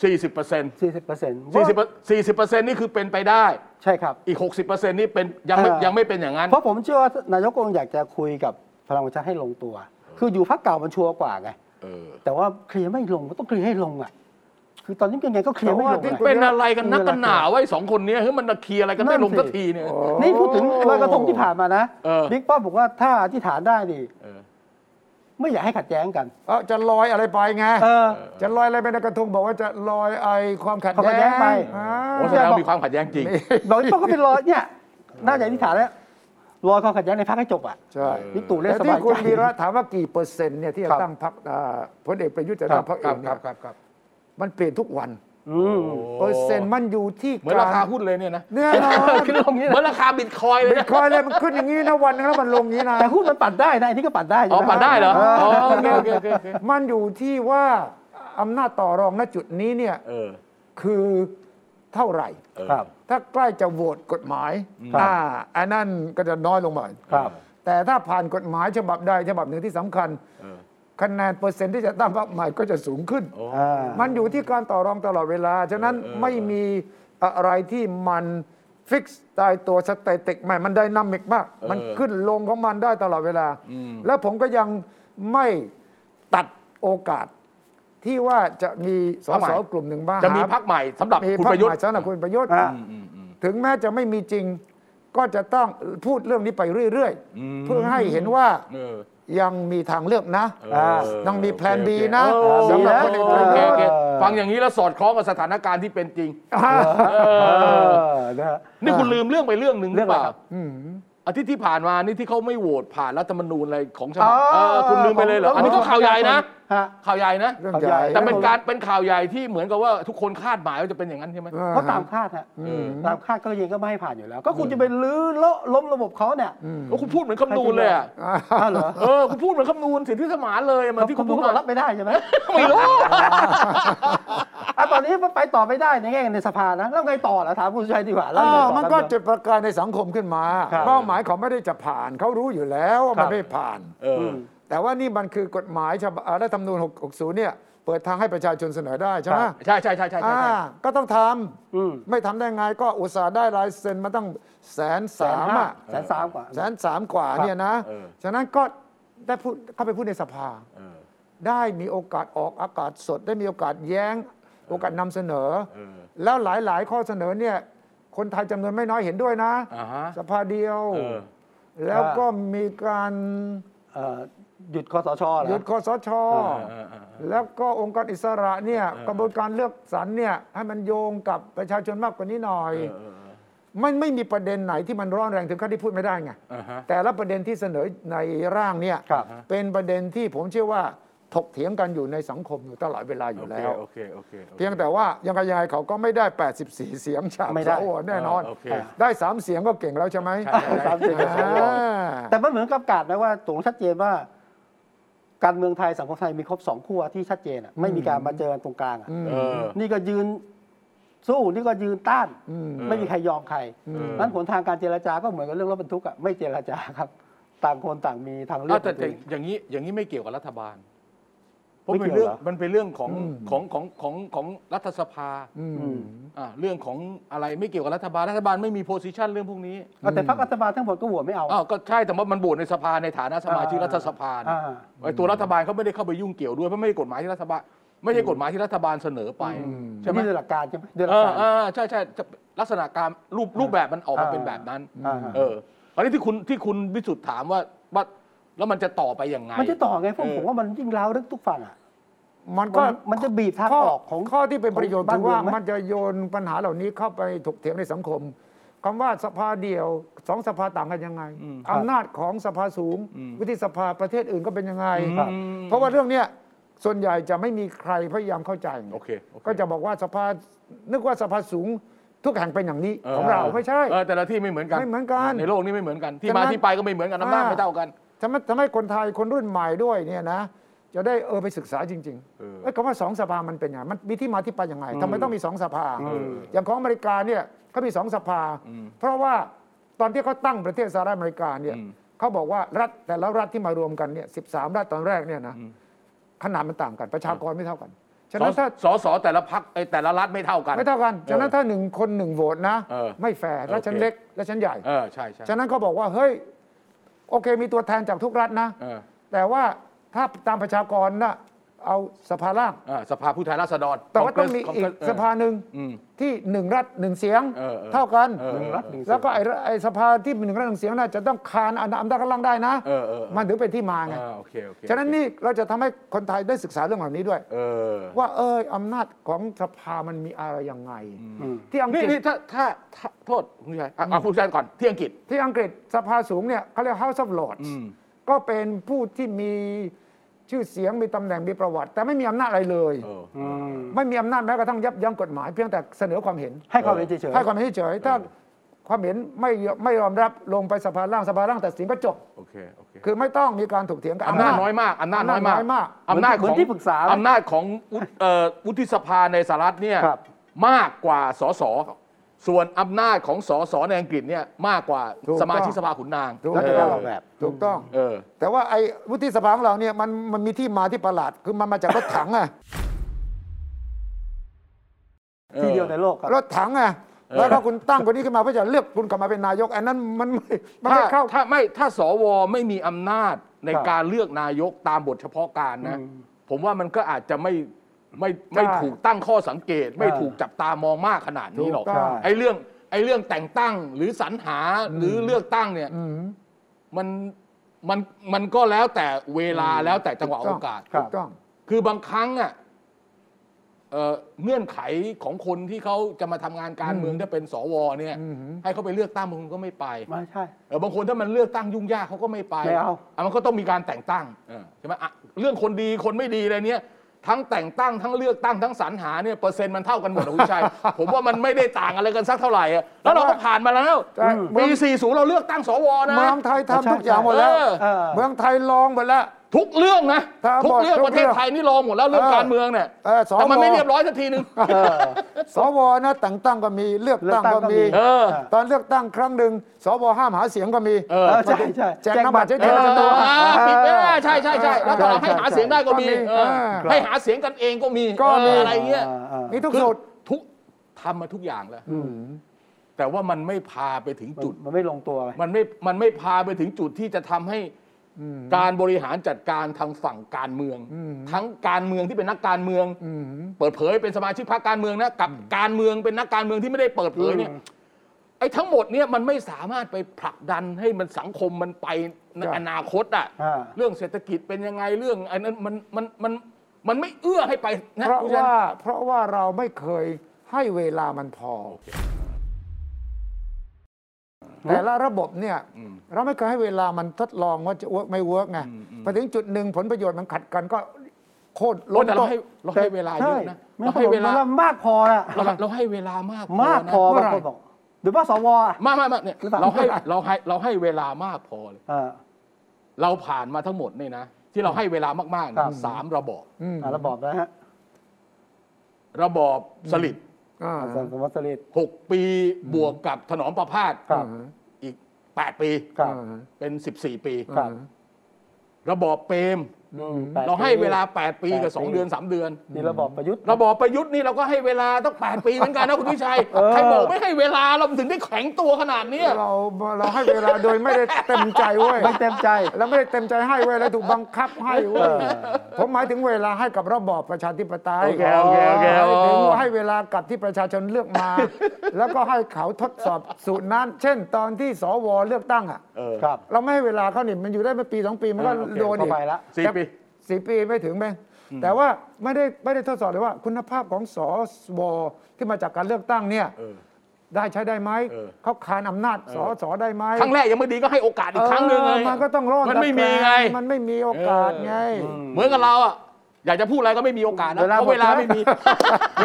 สี่สิบเปอร์เซ็นต์
สี่สิบเปอร์เซ็นต์
สี่สิบสี่สิบเปอร์เซ็นต์นี่คือเป็นไปได้
ใช่ครับ
อีกหกสิบเปอร์เซ็นต์นี่เป็นยังไม่
เออ
ยังไม่เป็นอย่างนั้น
เพราะผมเชื่อว่านายกคงอยากจะคุยกับพลังประชารัฐให้ลงตัว คืออยู่พักเก่ามันชัวร์กว่าไง
เออ
แต่ว่าเคลียร์ไม่ลงก็ต้องเคลียร์ให้ลงอ่ะ คือตอนนี้ยังไงก็เคลียร์ไม่ลง
เพราะว่าที่
อะ
เป็นอะไรกันนักกันหนาไว้สองคนเนี้ยเฮ้ยมันตะเคลียร์อะไรกันไม่ลงสักทีเนี่ย
นี่พูดถึงลอยกระทงที่ผ่านมานะ
เออ
บิ๊กป้อมบอกว่าถ้าอธิษฐานได้นี่
เออ
ไม่อยากให้ขัดแย้งกัน
เอ้าจะลอยอะไรไปไง
เออ
จะลอยอะไรไปในกระทงบอกว่าจะลอยไอความขัด
ความขัดแย้
แย้
ง
ง
ไป
อ่า
โอ้แสดงว่ามีความขัดแย้งจริง
ดอกบิ๊กป้อมก็เป็นรอยเนี่ยน่าจะอธิษฐานแล้วรอยความขัดแย้งในพรรคให้จบอ่ะ
ใช่
บิ๊กตู่เล่น
แต่
สบา
ที่
ย
คุณ
ใจ
วีระถามว่ากี่เปอร์เซ็นต์เนี่ยที่จะ
ครับ
ตั้งพรรคอ่าพลเอกประยุทธ์จะ
ครับ
ตั้งพรรคเองเนี่ยมันเปลี่ยนทุกวัน
อืม
เปอร์เซ็นต์มันอยู่ที่
เหมือน
ก
ราคาหุ้นเลยเนี่ยนะ
แน่นอน
ขึ้นลงนี้เหมือนราคาบิตคอยน์เลย
บิต
นะ
คอยน์เลยมันขึ้นอย่างนี้นะวันนึงแล้วมันลงอย่างนี้นะ
แต่หุ้นมันปัดได้นะไอ้นี่ก็ปัดได้ใช่
อ๋อ
หม
ปัดได้เหรอ
เอ
อ๋อ
อ
โอเคโอเคโอเคโอเค
มันอยู่ที่ว่าอำนาจต่อรองณจุดนี้เนี่ย
เออ
คือเท่าไหร่
เออ
ครับ
ถ้าใกล้จะโหวตกฎหมาย
ครับ
อ่าอันนั้นก็จะน้อยลงหน่อย
ครับ
แต่ถ้าผ่านกฎหมายฉบับใดฉบับหนึ่งที่สำคัญ
เออ
คะแนนเปอร์เซ็นต์ที่จะตั้งพรรคใหม่ก็จะสูงขึ้น
โอ้
อ่า
มันอยู่ที่การต่อรองตลอดเวลา ฉะนั้น
เออเออ
ไม่มีอะไรที่มันฟิกซ์ตายตัวสเตติกใหม่มันไดนามิกมาก มันขึ้นลงของมันได้ตลอดเวลา แล้วผมก็ยังไม่ตัดโอกาสที่ว่าจะมีสสกลุ่มหนึ่งบ้าง
จะมีพักใหม่สำหรับ
มี
คุณ
พรร
ประ
ค
ยุท
ใหม่
ธ์
สำหรับคุณประยุทธ์
อ่า
ถึงแม้จะไม่มีจริง ก็จะต้องพูดเรื่องนี้ไปเรื่อยๆ เพื่อให้เห็นว่า
เออ
ยังมีทางเลือกนะ
เออ
ต้องมีแพลน
โอเค
B นะ
โอเค
สำหรับคนอื่น
โอเคโอเค
เออ
ฟังอย่างนี้แล้วสอดคล้องกับสถานการณ์ที่เป็นจริง เอ
เอ
อ
อนะฮะ
นี่คุณลืมเรื่องไปเรื่องหนึ่งห
เรื่
รือ องง
อะ
เป
ไร
ล่า
ครับ
อาทิตย์ที่ผ่านมานี่ที่เขาไม่โหวตผ่านรัฐธรรมนูญอะไรของฉ
อ๋
บับ
อ
เออคุณลืมไปเลยเหรอ
ของ
อันนี้ก็ข่าวใหญ่นะ
ฮะ
ข่าวใหญ่นะ
เรื่องใหญ่
แต่เป็นการเป็นข่าวใหญ่ที่เหมือนกับว่าทุกคนคาดหมายว่าจะเป็นอย่างนั้นใช่ไหม
เพราะตามคาดฮะตามคาดก็ยังก็ไม่ให้ผ่านอยู่แล้ว ก็คุณจะไปลื้อเลาะล้มระบบเขาเนี่ย
โอ้คุณพูดเหมือนคำนูนเลยอะ
อ้าวเหรอ
เออคุณพูดเหมือนคำนูนสิทธิสมานเลยอะเหมือนที่
คุ
คุณ ณ
ดู
พูด
ก็
มา
รับไม่ได้ใช่ไหม
ไม่รู้
อ่ะตอนนี้มันไปต่อไม่ได้ในแง่ในสภานะแล้วไงต่อล่ะถามคุณชัยดีกว่าแล้วไง
อ้าว
ต่อ
มันก็
แล้ว
จุดประกายในสังคมขึ้นมา
ครับ
เป้าหมายเขาไม่ได้จะผ่านเขารู้อยู่แล้วว่า
ครั
มัน
บ
ไม่ผ่าน
เอออ
แต่ว่านี่มันคือกฎหมายฉบับอ่ารัฐธรรมนูญ60เนี่ยเปิดทางให้ประชาชนเสนอได้ใช่ไหม
ใช่ใช่ใช่ใช่ใช่
อ่า
ใช่
ก็ต้องท
อืม
ำไม่ทำได้ไงก็อุตส่าห์ได้ลายเซ็นมาตั้งแสนสามอ่ะ
แสนสามกว่า
แสนสามกว่าเนี่ยนะ ฉะนั้นก็ได้พูดเข้าไปพูดในสภา
เออ
ได้มีโอกาสออกอากาศสด ได้มีโอกาสแย้ง โอกาสนำเสนอ
เออ
แล้วหลาย ๆ ข้อเสนอเนี่ย คนไทยจำนวนไม่น้อยเห็นด้วยนะ
อ่าฮะ
สภาเดียว
เออ
แล้วก็มีการ
เอ่อหยุดคอสชเหรอ
หยุดคอสช
เออเออเออ
แล้วก็องค์กรอิสระเนี่ยกระบวนการเลือกสรรเนี่ยให้มันโยงกับประชาชนมากกว่านี้หน่อย มันไม่มีประเด็นไหนที่มันร้อนแรงถึงขั้นที่พูดไม่ได้ไง
อ่าฮะ
แต่ละประเด็นที่เสนอในร่างเนี่ย
ครับ
เป็นประเด็นที่ผมเชื่อว่าถกเถียงกันอยู่ในสังคมอยู่ตลอดเวลาอยู่แล้ว
โอเคโอเคโอค
เพียงแต่ว่ายังไงยังไงเขาก็ไม่ได้ 84 เสียงจาก
ไม่
ส
ได้
วแน่นอน
อ่าโอเค
ได้ 3 เสียงก็เก่งแล้วใช่ไหม
ใช่ใช่ใช่
สามสิบเอ็ดสว
อ่า
แต่มันเหมือนกับประกาศนะว่าตรงชัดเจนว่า การเมืองไทยสังคมไทยมีครบสองขั้วที่ชัดเจนอะไม่มีการมาเจอกันตรงกลางอะ
เออ
นี่ก็ยืนสู้นี่ก็ยืนต้าน
อืม
ไม่มีใครยอมใครนั้นผลทางการเจรจาก็เหมือนกับเรื่องรถบรรทุกอะไม่เจรจาครับ ต่างคนต่างมีทางเลือ
อ้าก วแต่
ของตัวเอง
แต่อย่างนี้อย่างนี้ไม่เกี่ยวกับรัฐบาลเพ
ไม่
ราะ
เกี่ยว
เป็นเรื่อง
เหรอ
มันเป็นเรื่องของ
อืม
ของของของของรัฐสภา
อืม
อืม
อ่าเรื่องของอะไรไม่เกี่ยวกับรัฐบาลรัฐบาลไม่มีโพสิชันเรื่องพวกนี้
เอาแต่พรรครัฐบาลทั้งหมดก็โหวตไม่เอา
อ้าวก็ใช่แต่ว่ามันโหวตในสภาในฐานะสมาชิก
อ่า
รัฐสภา
อ่า
ไอ้ตัวรัฐบาลเขาไม่ได้เข้าไปยุ่งเกี่ยวด้วยเพราะไม่ใช่กฎหมายที่รัฐบาลไม่ใช่กฎหมายที่รัฐบาลเสนอไปใช่ไหม
นี่ด้วยหลักการใช่ไหมด้วยห
เอ
ลักกา
อ
ร
เออใช่ใช่จะลักษณะการรูปรูปแบบมันออกมาเป็นแบบนั้น
อ่า
เอออันนี้ที่คุณที่คุณวิสุทธ์ถามว่าว่าแล้วมันจะต่อไปยังไง
มันจะต่อไงพวก
เออ
ผมว่ามันยิ่งร้าวลึกทุกฝั่งอะ
มัน
มั
ก็
นมันจะบีบทาง
ข้อ
ออกของ
ข้อที่เป็นประโยชน์
ของบ้าน
คือ
เมือง
ว่า
ไหม
มันจะโยนปัญหาเหล่านี้เข้าไปถกเถียงในสังคมคำว่าสภาเดียวสองสภาต่างกันยังไง
ครับ
อำนาจของสภาสูง วิธีสภาประเทศอื่นก็เป็นยังไง
ครับ
เพราะว่าเรื่องเนี้ยส่วนใหญ่จะไม่มีใครพยายามเข้าใจ
โอเคโอเค
ก็จะบอกว่าสภานึกว่าสภาสูงทุกแห่งเป็นอย่างนี้ของเราไม่ใช่
เออแต่ละที่ไม่เหมือนกัน
ไม่เหมือนกัน
ในโลกนี้ไม่เหมือนกัน ที่
ฉะนั้
มาน ที่ไปก็ไม่เหมือนกันอำนาจ
อ่า
ไม่เท่ากัน
ทำให้ทำให้คนไทยคนรุ่นใหม่ด้วยเนี่ยนะ จะได้เออไปศึกษาจริง
เออ
ๆเอ้ยคำว่าสองสภามันเป็นยังไงมันมีที่มาที่ไปยังไงทำไมต้องมีสองสภา
เออ
อย่างของอเมริกาเนี่ยเขามีสองสภา เพราะว่าตอนที่เขาตั้งประเทศสหรัฐอเมริกาเนี่ย
อืม
เขาบอกว่ารัฐแต่ละรัฐที่มารวมกันเนี่ยสิบสามรัฐตอนแรกเนี่ยนะขนาดมันต่างกันประชากรไม่เท่ากันฉะนั้นถ้า
สอสอแต่ละพักแต่ละรัฐไม่เท่ากัน
ไม่เท่ากัน ฉะนั้น
เออ
ถ้าหนึ่งคนหนึ่งโหวตนะ
เออ
ไม่แฟร์
โอเค
รัฐชั้นเล็กรัฐชั้นใหญ่
เออใช่ใช่
ฉะนั้นเขาบอกว่าเฮ้ยโอเคมีตัวแทนจากทุกรัฐนะ
เออ
แต่ว่าถ้าตามประชากรนะ เอาสภาล่าง
อ่าสภาผู้แทนราษฎร
แต่ว่าต้อง
Congress
มีอีก
Congress เ
สภาหนึ่ง
อืม
ที่หนึ่งรัฐหนึ่งเสียง
เออเออ
เท่ากัน
เออเออหนึ่งรัฐหนึ่งเสียง
แล้วก็ไอ้ไอ้สภาที่หนึ่งรัฐหนึ่งเสียงน่าจะต้องคานอำนาจกำลังได้นะ
เออเออเออ
มันถึงเป็นที่มาไง
อ่าโอเคโอเค
ฉะนั้นนี่เราจะทำให้คนไทยได้ศึกษาเรื่องเหล่านี้ด้วย
เออ
ว่าเอออำนาจของสภามันมีอะไรยังไง ที่อังก
นี่
ฤษ
นี่ถ้าถ้าถ้าโทษคุณชายอ่ะเอาคุณชายก่อนที่อังกฤษ
ที่อังกฤษสภาสูงเนี่ยเขาเรียก House of Lords
อืม
ก็เป็นผู้ที่มีชื่อเสียงมีตำแหน่งมีประวัติ แต่ไม่มีอำนาจอะไรเลย
เออ
ไม่มีอำนาจแม้กระทั่งยับยั้งกฎหมายเพียงแต่เสนอความเห็น
ให้ความเห็นเฉย
ให้ความเห็นเฉยๆถ้าความเห็นไม่ไม่ยอมรับลงไปสภาล่างสภาล่างตัดสินก็จบ
โอเคโอเค
คือไม่ต้องมีการถกเถียงกัน
อำนาจน้อยมากอำนาจน้อยมาก
ำ
อำ
นา
นา
จ
จ
น้อยมาก
ข
เห
อง
มือนที่ปรึกษา
อำนาจของวุฒิเอ่อวุฒิสภาในสหรัฐเนี่ย
ครับ
มากกว่าสสส่วนอำนาจของสสในอังกฤษเนี่ยมากกว่า
ถูก
สมาชิก
ต้อง
สภาขุนนาง
ถูก
รั
ต้อบ
ฐาง ลออกแบบ
ถูกต้อง
เออ
แต่ว่าไอ้วุฒิสภาของเราเนี่ยมันมันมีที่มาที่ประหลาด คือมันมาจากรถถังอะ
ๆที่เดียวในโลกครับ
รถถังอะแล้วถ้าคุณตั้งคนนี้ขึ้นมาเพื่อจะเลือกคุณกลับมาเป็นนายก อันนั้นมันไม่มันไม่
ถ้า
เข้า
ถ้าไม่ถ้าสวไม่มีอำนาจใน
ครับ
การเลือกนายกตามบทเฉพาะการนะ
อืม
ผมว่ามันก็อาจจะไม่ไม่ไม่
ใช่
ถูกตั้งข้อสังเกต ไม่
อ่า
ถูกจับตามองมากขนาดนี้หรอก
ถูกต้อง
ไอ้เรื่องไอ้เรื่องแต่งตั้งหรือสรรหาหรือเลือกตั้งเนี่ย
อืม
มันมันมันก็แล้วแต่เวลาแล้วแต่จังหวะ
ถู
โอก
ต้
กาง ส
ครับ
ถูกต้อง
คือบางครั้งอ่ะเอ่อเงื่อนไขของคนที่เขาจะมาทำงานการเมืองถ้าเป็นสวเนี่ย
อือหือ
ให้เขาไปเลือกตั้งบางคนก็ไม่ไป
ไม่ใช่
เออบางคนถ้ามันเลือกตั้งยุ่งยากเขาก็ไม่ไป
ไม่เอา
ะมันก็ต้องมีการแต่งตั้งเออใช่ไหมอ่ะเรื่องคนดีคนไม่ดีอะไรเนี้ยทั้งแต่งตั้งทั้งเลือกตั้งทั้งสรรหาเนี่ยเปอร์เซ็นต์มันเท่ากันหมดนะคุณชัย ผมว่ามันไม่ได้ต่างอะไรกันสักเท่าไหร่อะแล้วเราก็ผ่านมาแล้ว
ใช่
ปี40เราเลือกตั้งสวนะ
เมืองไทยทำทุกอย่างหมดแล้ว
เออ
เออ
เมืองไทยลองหมดแล้ว
ทุกเรื่องนะ
ถ้า
ทุก
บอก
เรื่อง
ทุก
ประเทศ
เรื่อง
ไทยนี่รองหมดแล้วเรื่อง
เออ
การเมืองเนี่ย
เออสว
แต่มันไม่เรียบร้อยสักทีนึง
เออ
สวนะแต่งตั้งก็มีเลือกตั้งก็มี
เลือกตั้งก็มี
เออ
ตอนเลือกตั้งครั้งหนึ่งสวห้ามหาเสียงก็มี
เออ
เออใช่ใช่
แจกน้ำบัตรเฉย
เอ
ๆ
อ
มันจะโต
อ่าปิดเออใช่ใช่ใช่แล้วก็เอาให้หาเสียงได้ก็มี
ก็มี
เออ
เออ
ให้หาเสียงกันเองก็มี
ก็มี
เอออะไรเงี้ย
าอ่า
มีทุก
คือ
สูตร
ทุกทำมาทุกอย่างแล้วแต่ว่ามันไม่พาไปถึงจุด
มันไม่ลงตัวไง
มันไม่มันไม่พาไปถึงจุดที่จะทำให้การบริหารจัดการทางฝั่งการเมือง ทั้งการเมืองที่เป็นนักการเมือง เปิดเผยเป็นสมาชิกพรรคการเมืองนะกับการเมืองเป็นนักการเมืองที่ไม่ได้เปิดเผยเนี่ยไอ้ทั้งหมดเนี่ยมันไม่สามารถไปผลักดันให้มันสังคมมันไปใน
ครับ
อนาคตอะ
อ่า
เรื่องเศรษฐกิจเป็นยังไงเรื่องไอ้นั้นมันมันมันมันไม่เอื้อให้ไปน
เพราะ
คุณชัย
ว่าเพราะว่าเราไม่เคยให้เวลามันพอ แต่ละระบบเนี่ย เราไม่เคยให้เวลามันทดลองว่าจะเวิร์กไม่เวิร์กไงพอถึงจุดหนึ่งผลประโยชน์มันขัดกันก็โคตร
ล
ล้
ด
ม
แต่เรา
โต๊ะ
ให้เราให้เวลาเย
ใช่
อะนะ
ไม่
เรา
พอ
ให้เวลา
ผมมากพอนะ
เราเราให้เวลามากพอนะ
มากพอ
เมื่
บาง
อไหร่
คนบอกหรือว่าสวอ่ะ
มากมากมากเนี่ย
หรือเปล่า
เราให้เราให้เราให้เวลามากพอเลย
อ่า
เราผ่านมาทั้งหมดเนี่ยนะ ที่เราให้เวลามากๆ
ครั
นะ
บ
สามระบอบ
อืม
อ่าระบอบนะฮะ
ระบอบสลิด
อ่า
อาจารย์สมวัตสลิด
หกปีบวกกับถนอมประพาส
ครับ
อีกแปดปี
ครับ
เป็นสิบสี่ปี
ครับ
ระบอบเปรม
แปด
เราให้เวลา
ปี
แปดปีกับสองเดือนสามเดือน
นี่ระบอบประยุทธ์
ระบอบประยุทธ์นี่เราก็ให้เวลาต้องแปดปีเหมือนกันนะคุณวิชัย
เออ
ใครบอกไม่ให้เวลาเราถึงได้แข็งตัวขนาดเนี้ย
เราเราให้เวลาโดยไม่ได้เต็มใจเว้ย
ไม่เต็มใจ
แล้วไม่ได้เต็มใจให้เว้ยแล้วถูกบังคับให้เว้ย
เออ
ผมหมายถึงเวลาให้กับระบอบประชาธิปไตย
โอเคโอเคโอ
หมาย
เค
ถึงว่าให้เวลากับที่ประชาชนเลือกมา แล้วก็ให้เขาทดสอบสูตรนั้น เช่น ตอนที่สวเลือกตั้งอ่ะ
เออ
ครับ
เราไม่ให้เวลาเขานี่มันอยู่ได้ไม่ปีสองปีมันก็
เออโอเค
โดน
เข้า
อีก
ไปละ
สี่ปี
สี่ปีไม่ถึงแม่งแต่ว่าไม่ได้ไม่ได้ทดสอบเลยว่า คุณภาพของสวที่มาจากการเลือกตั้งเนี่ย
เออ
ได้ใช้ได้ไหม
เออ
เขาคานอำนาจสสได้ไหม
ครั้งแรกยังไม่ดีก็ให้โอกาสอีกครั้งหนึ่งไง
เออมันก็ต้องรอด
มันไม่มีไง
มันไม่มีโอกาสไง
เออเหมือนกับเราอ่ะ อยากจะพูดอะไรก็ไม่มีโอกาสนะ
เวลา
เพ
หมด
ราะเวลาไม่
ใช่ไหม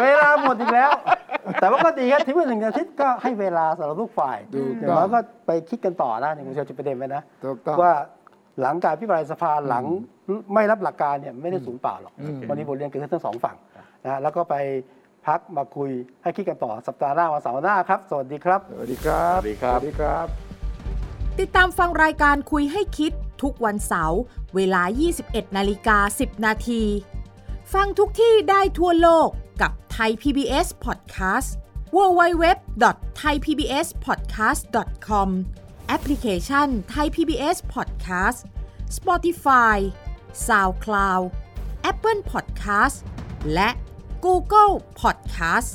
มี
เวลาหมดอีกแล้ว แต่ว่าก็ดีครับที่ว่าหนึ่งอาทิตย์ก็ให้เวลาสำหรับลูกฝ่าย
ถูกต้อง
อย่างน้อยก็ไปคิดกันต่อนะอย่างคุณเชลจะประเด็นไว้นะ
ถูกต้อง
ว่าหลังการพิปรายสภาหลังไม่รับหลักการเนี่ยไม่ได้สูญเปล่าหรอก
อืม
วันนี้บทเรียนเกิดขึ้นทั้งสองฝั่งนะฮะแล้วก็ไปพักมาคุยให้คิดกันต่อสัปดาห์หน้าวันเสาร์หน้าครับ สวัสดีครับ
สวัสดีครับ
สวัสดีครับ
สวัสดีครับ
ติดตามฟังรายการคุยให้คิดทุกวันเสาร์เวลา 21นาฬิกา10 นาที ฟังทุกที่ได้ทั่วโลกกับ ไทย PBS Podcast www.thaipbspodcast.com แอปพลิเคชัน Thai PBS Podcast Spotify SoundCloud Apple Podcast และ Google Podcast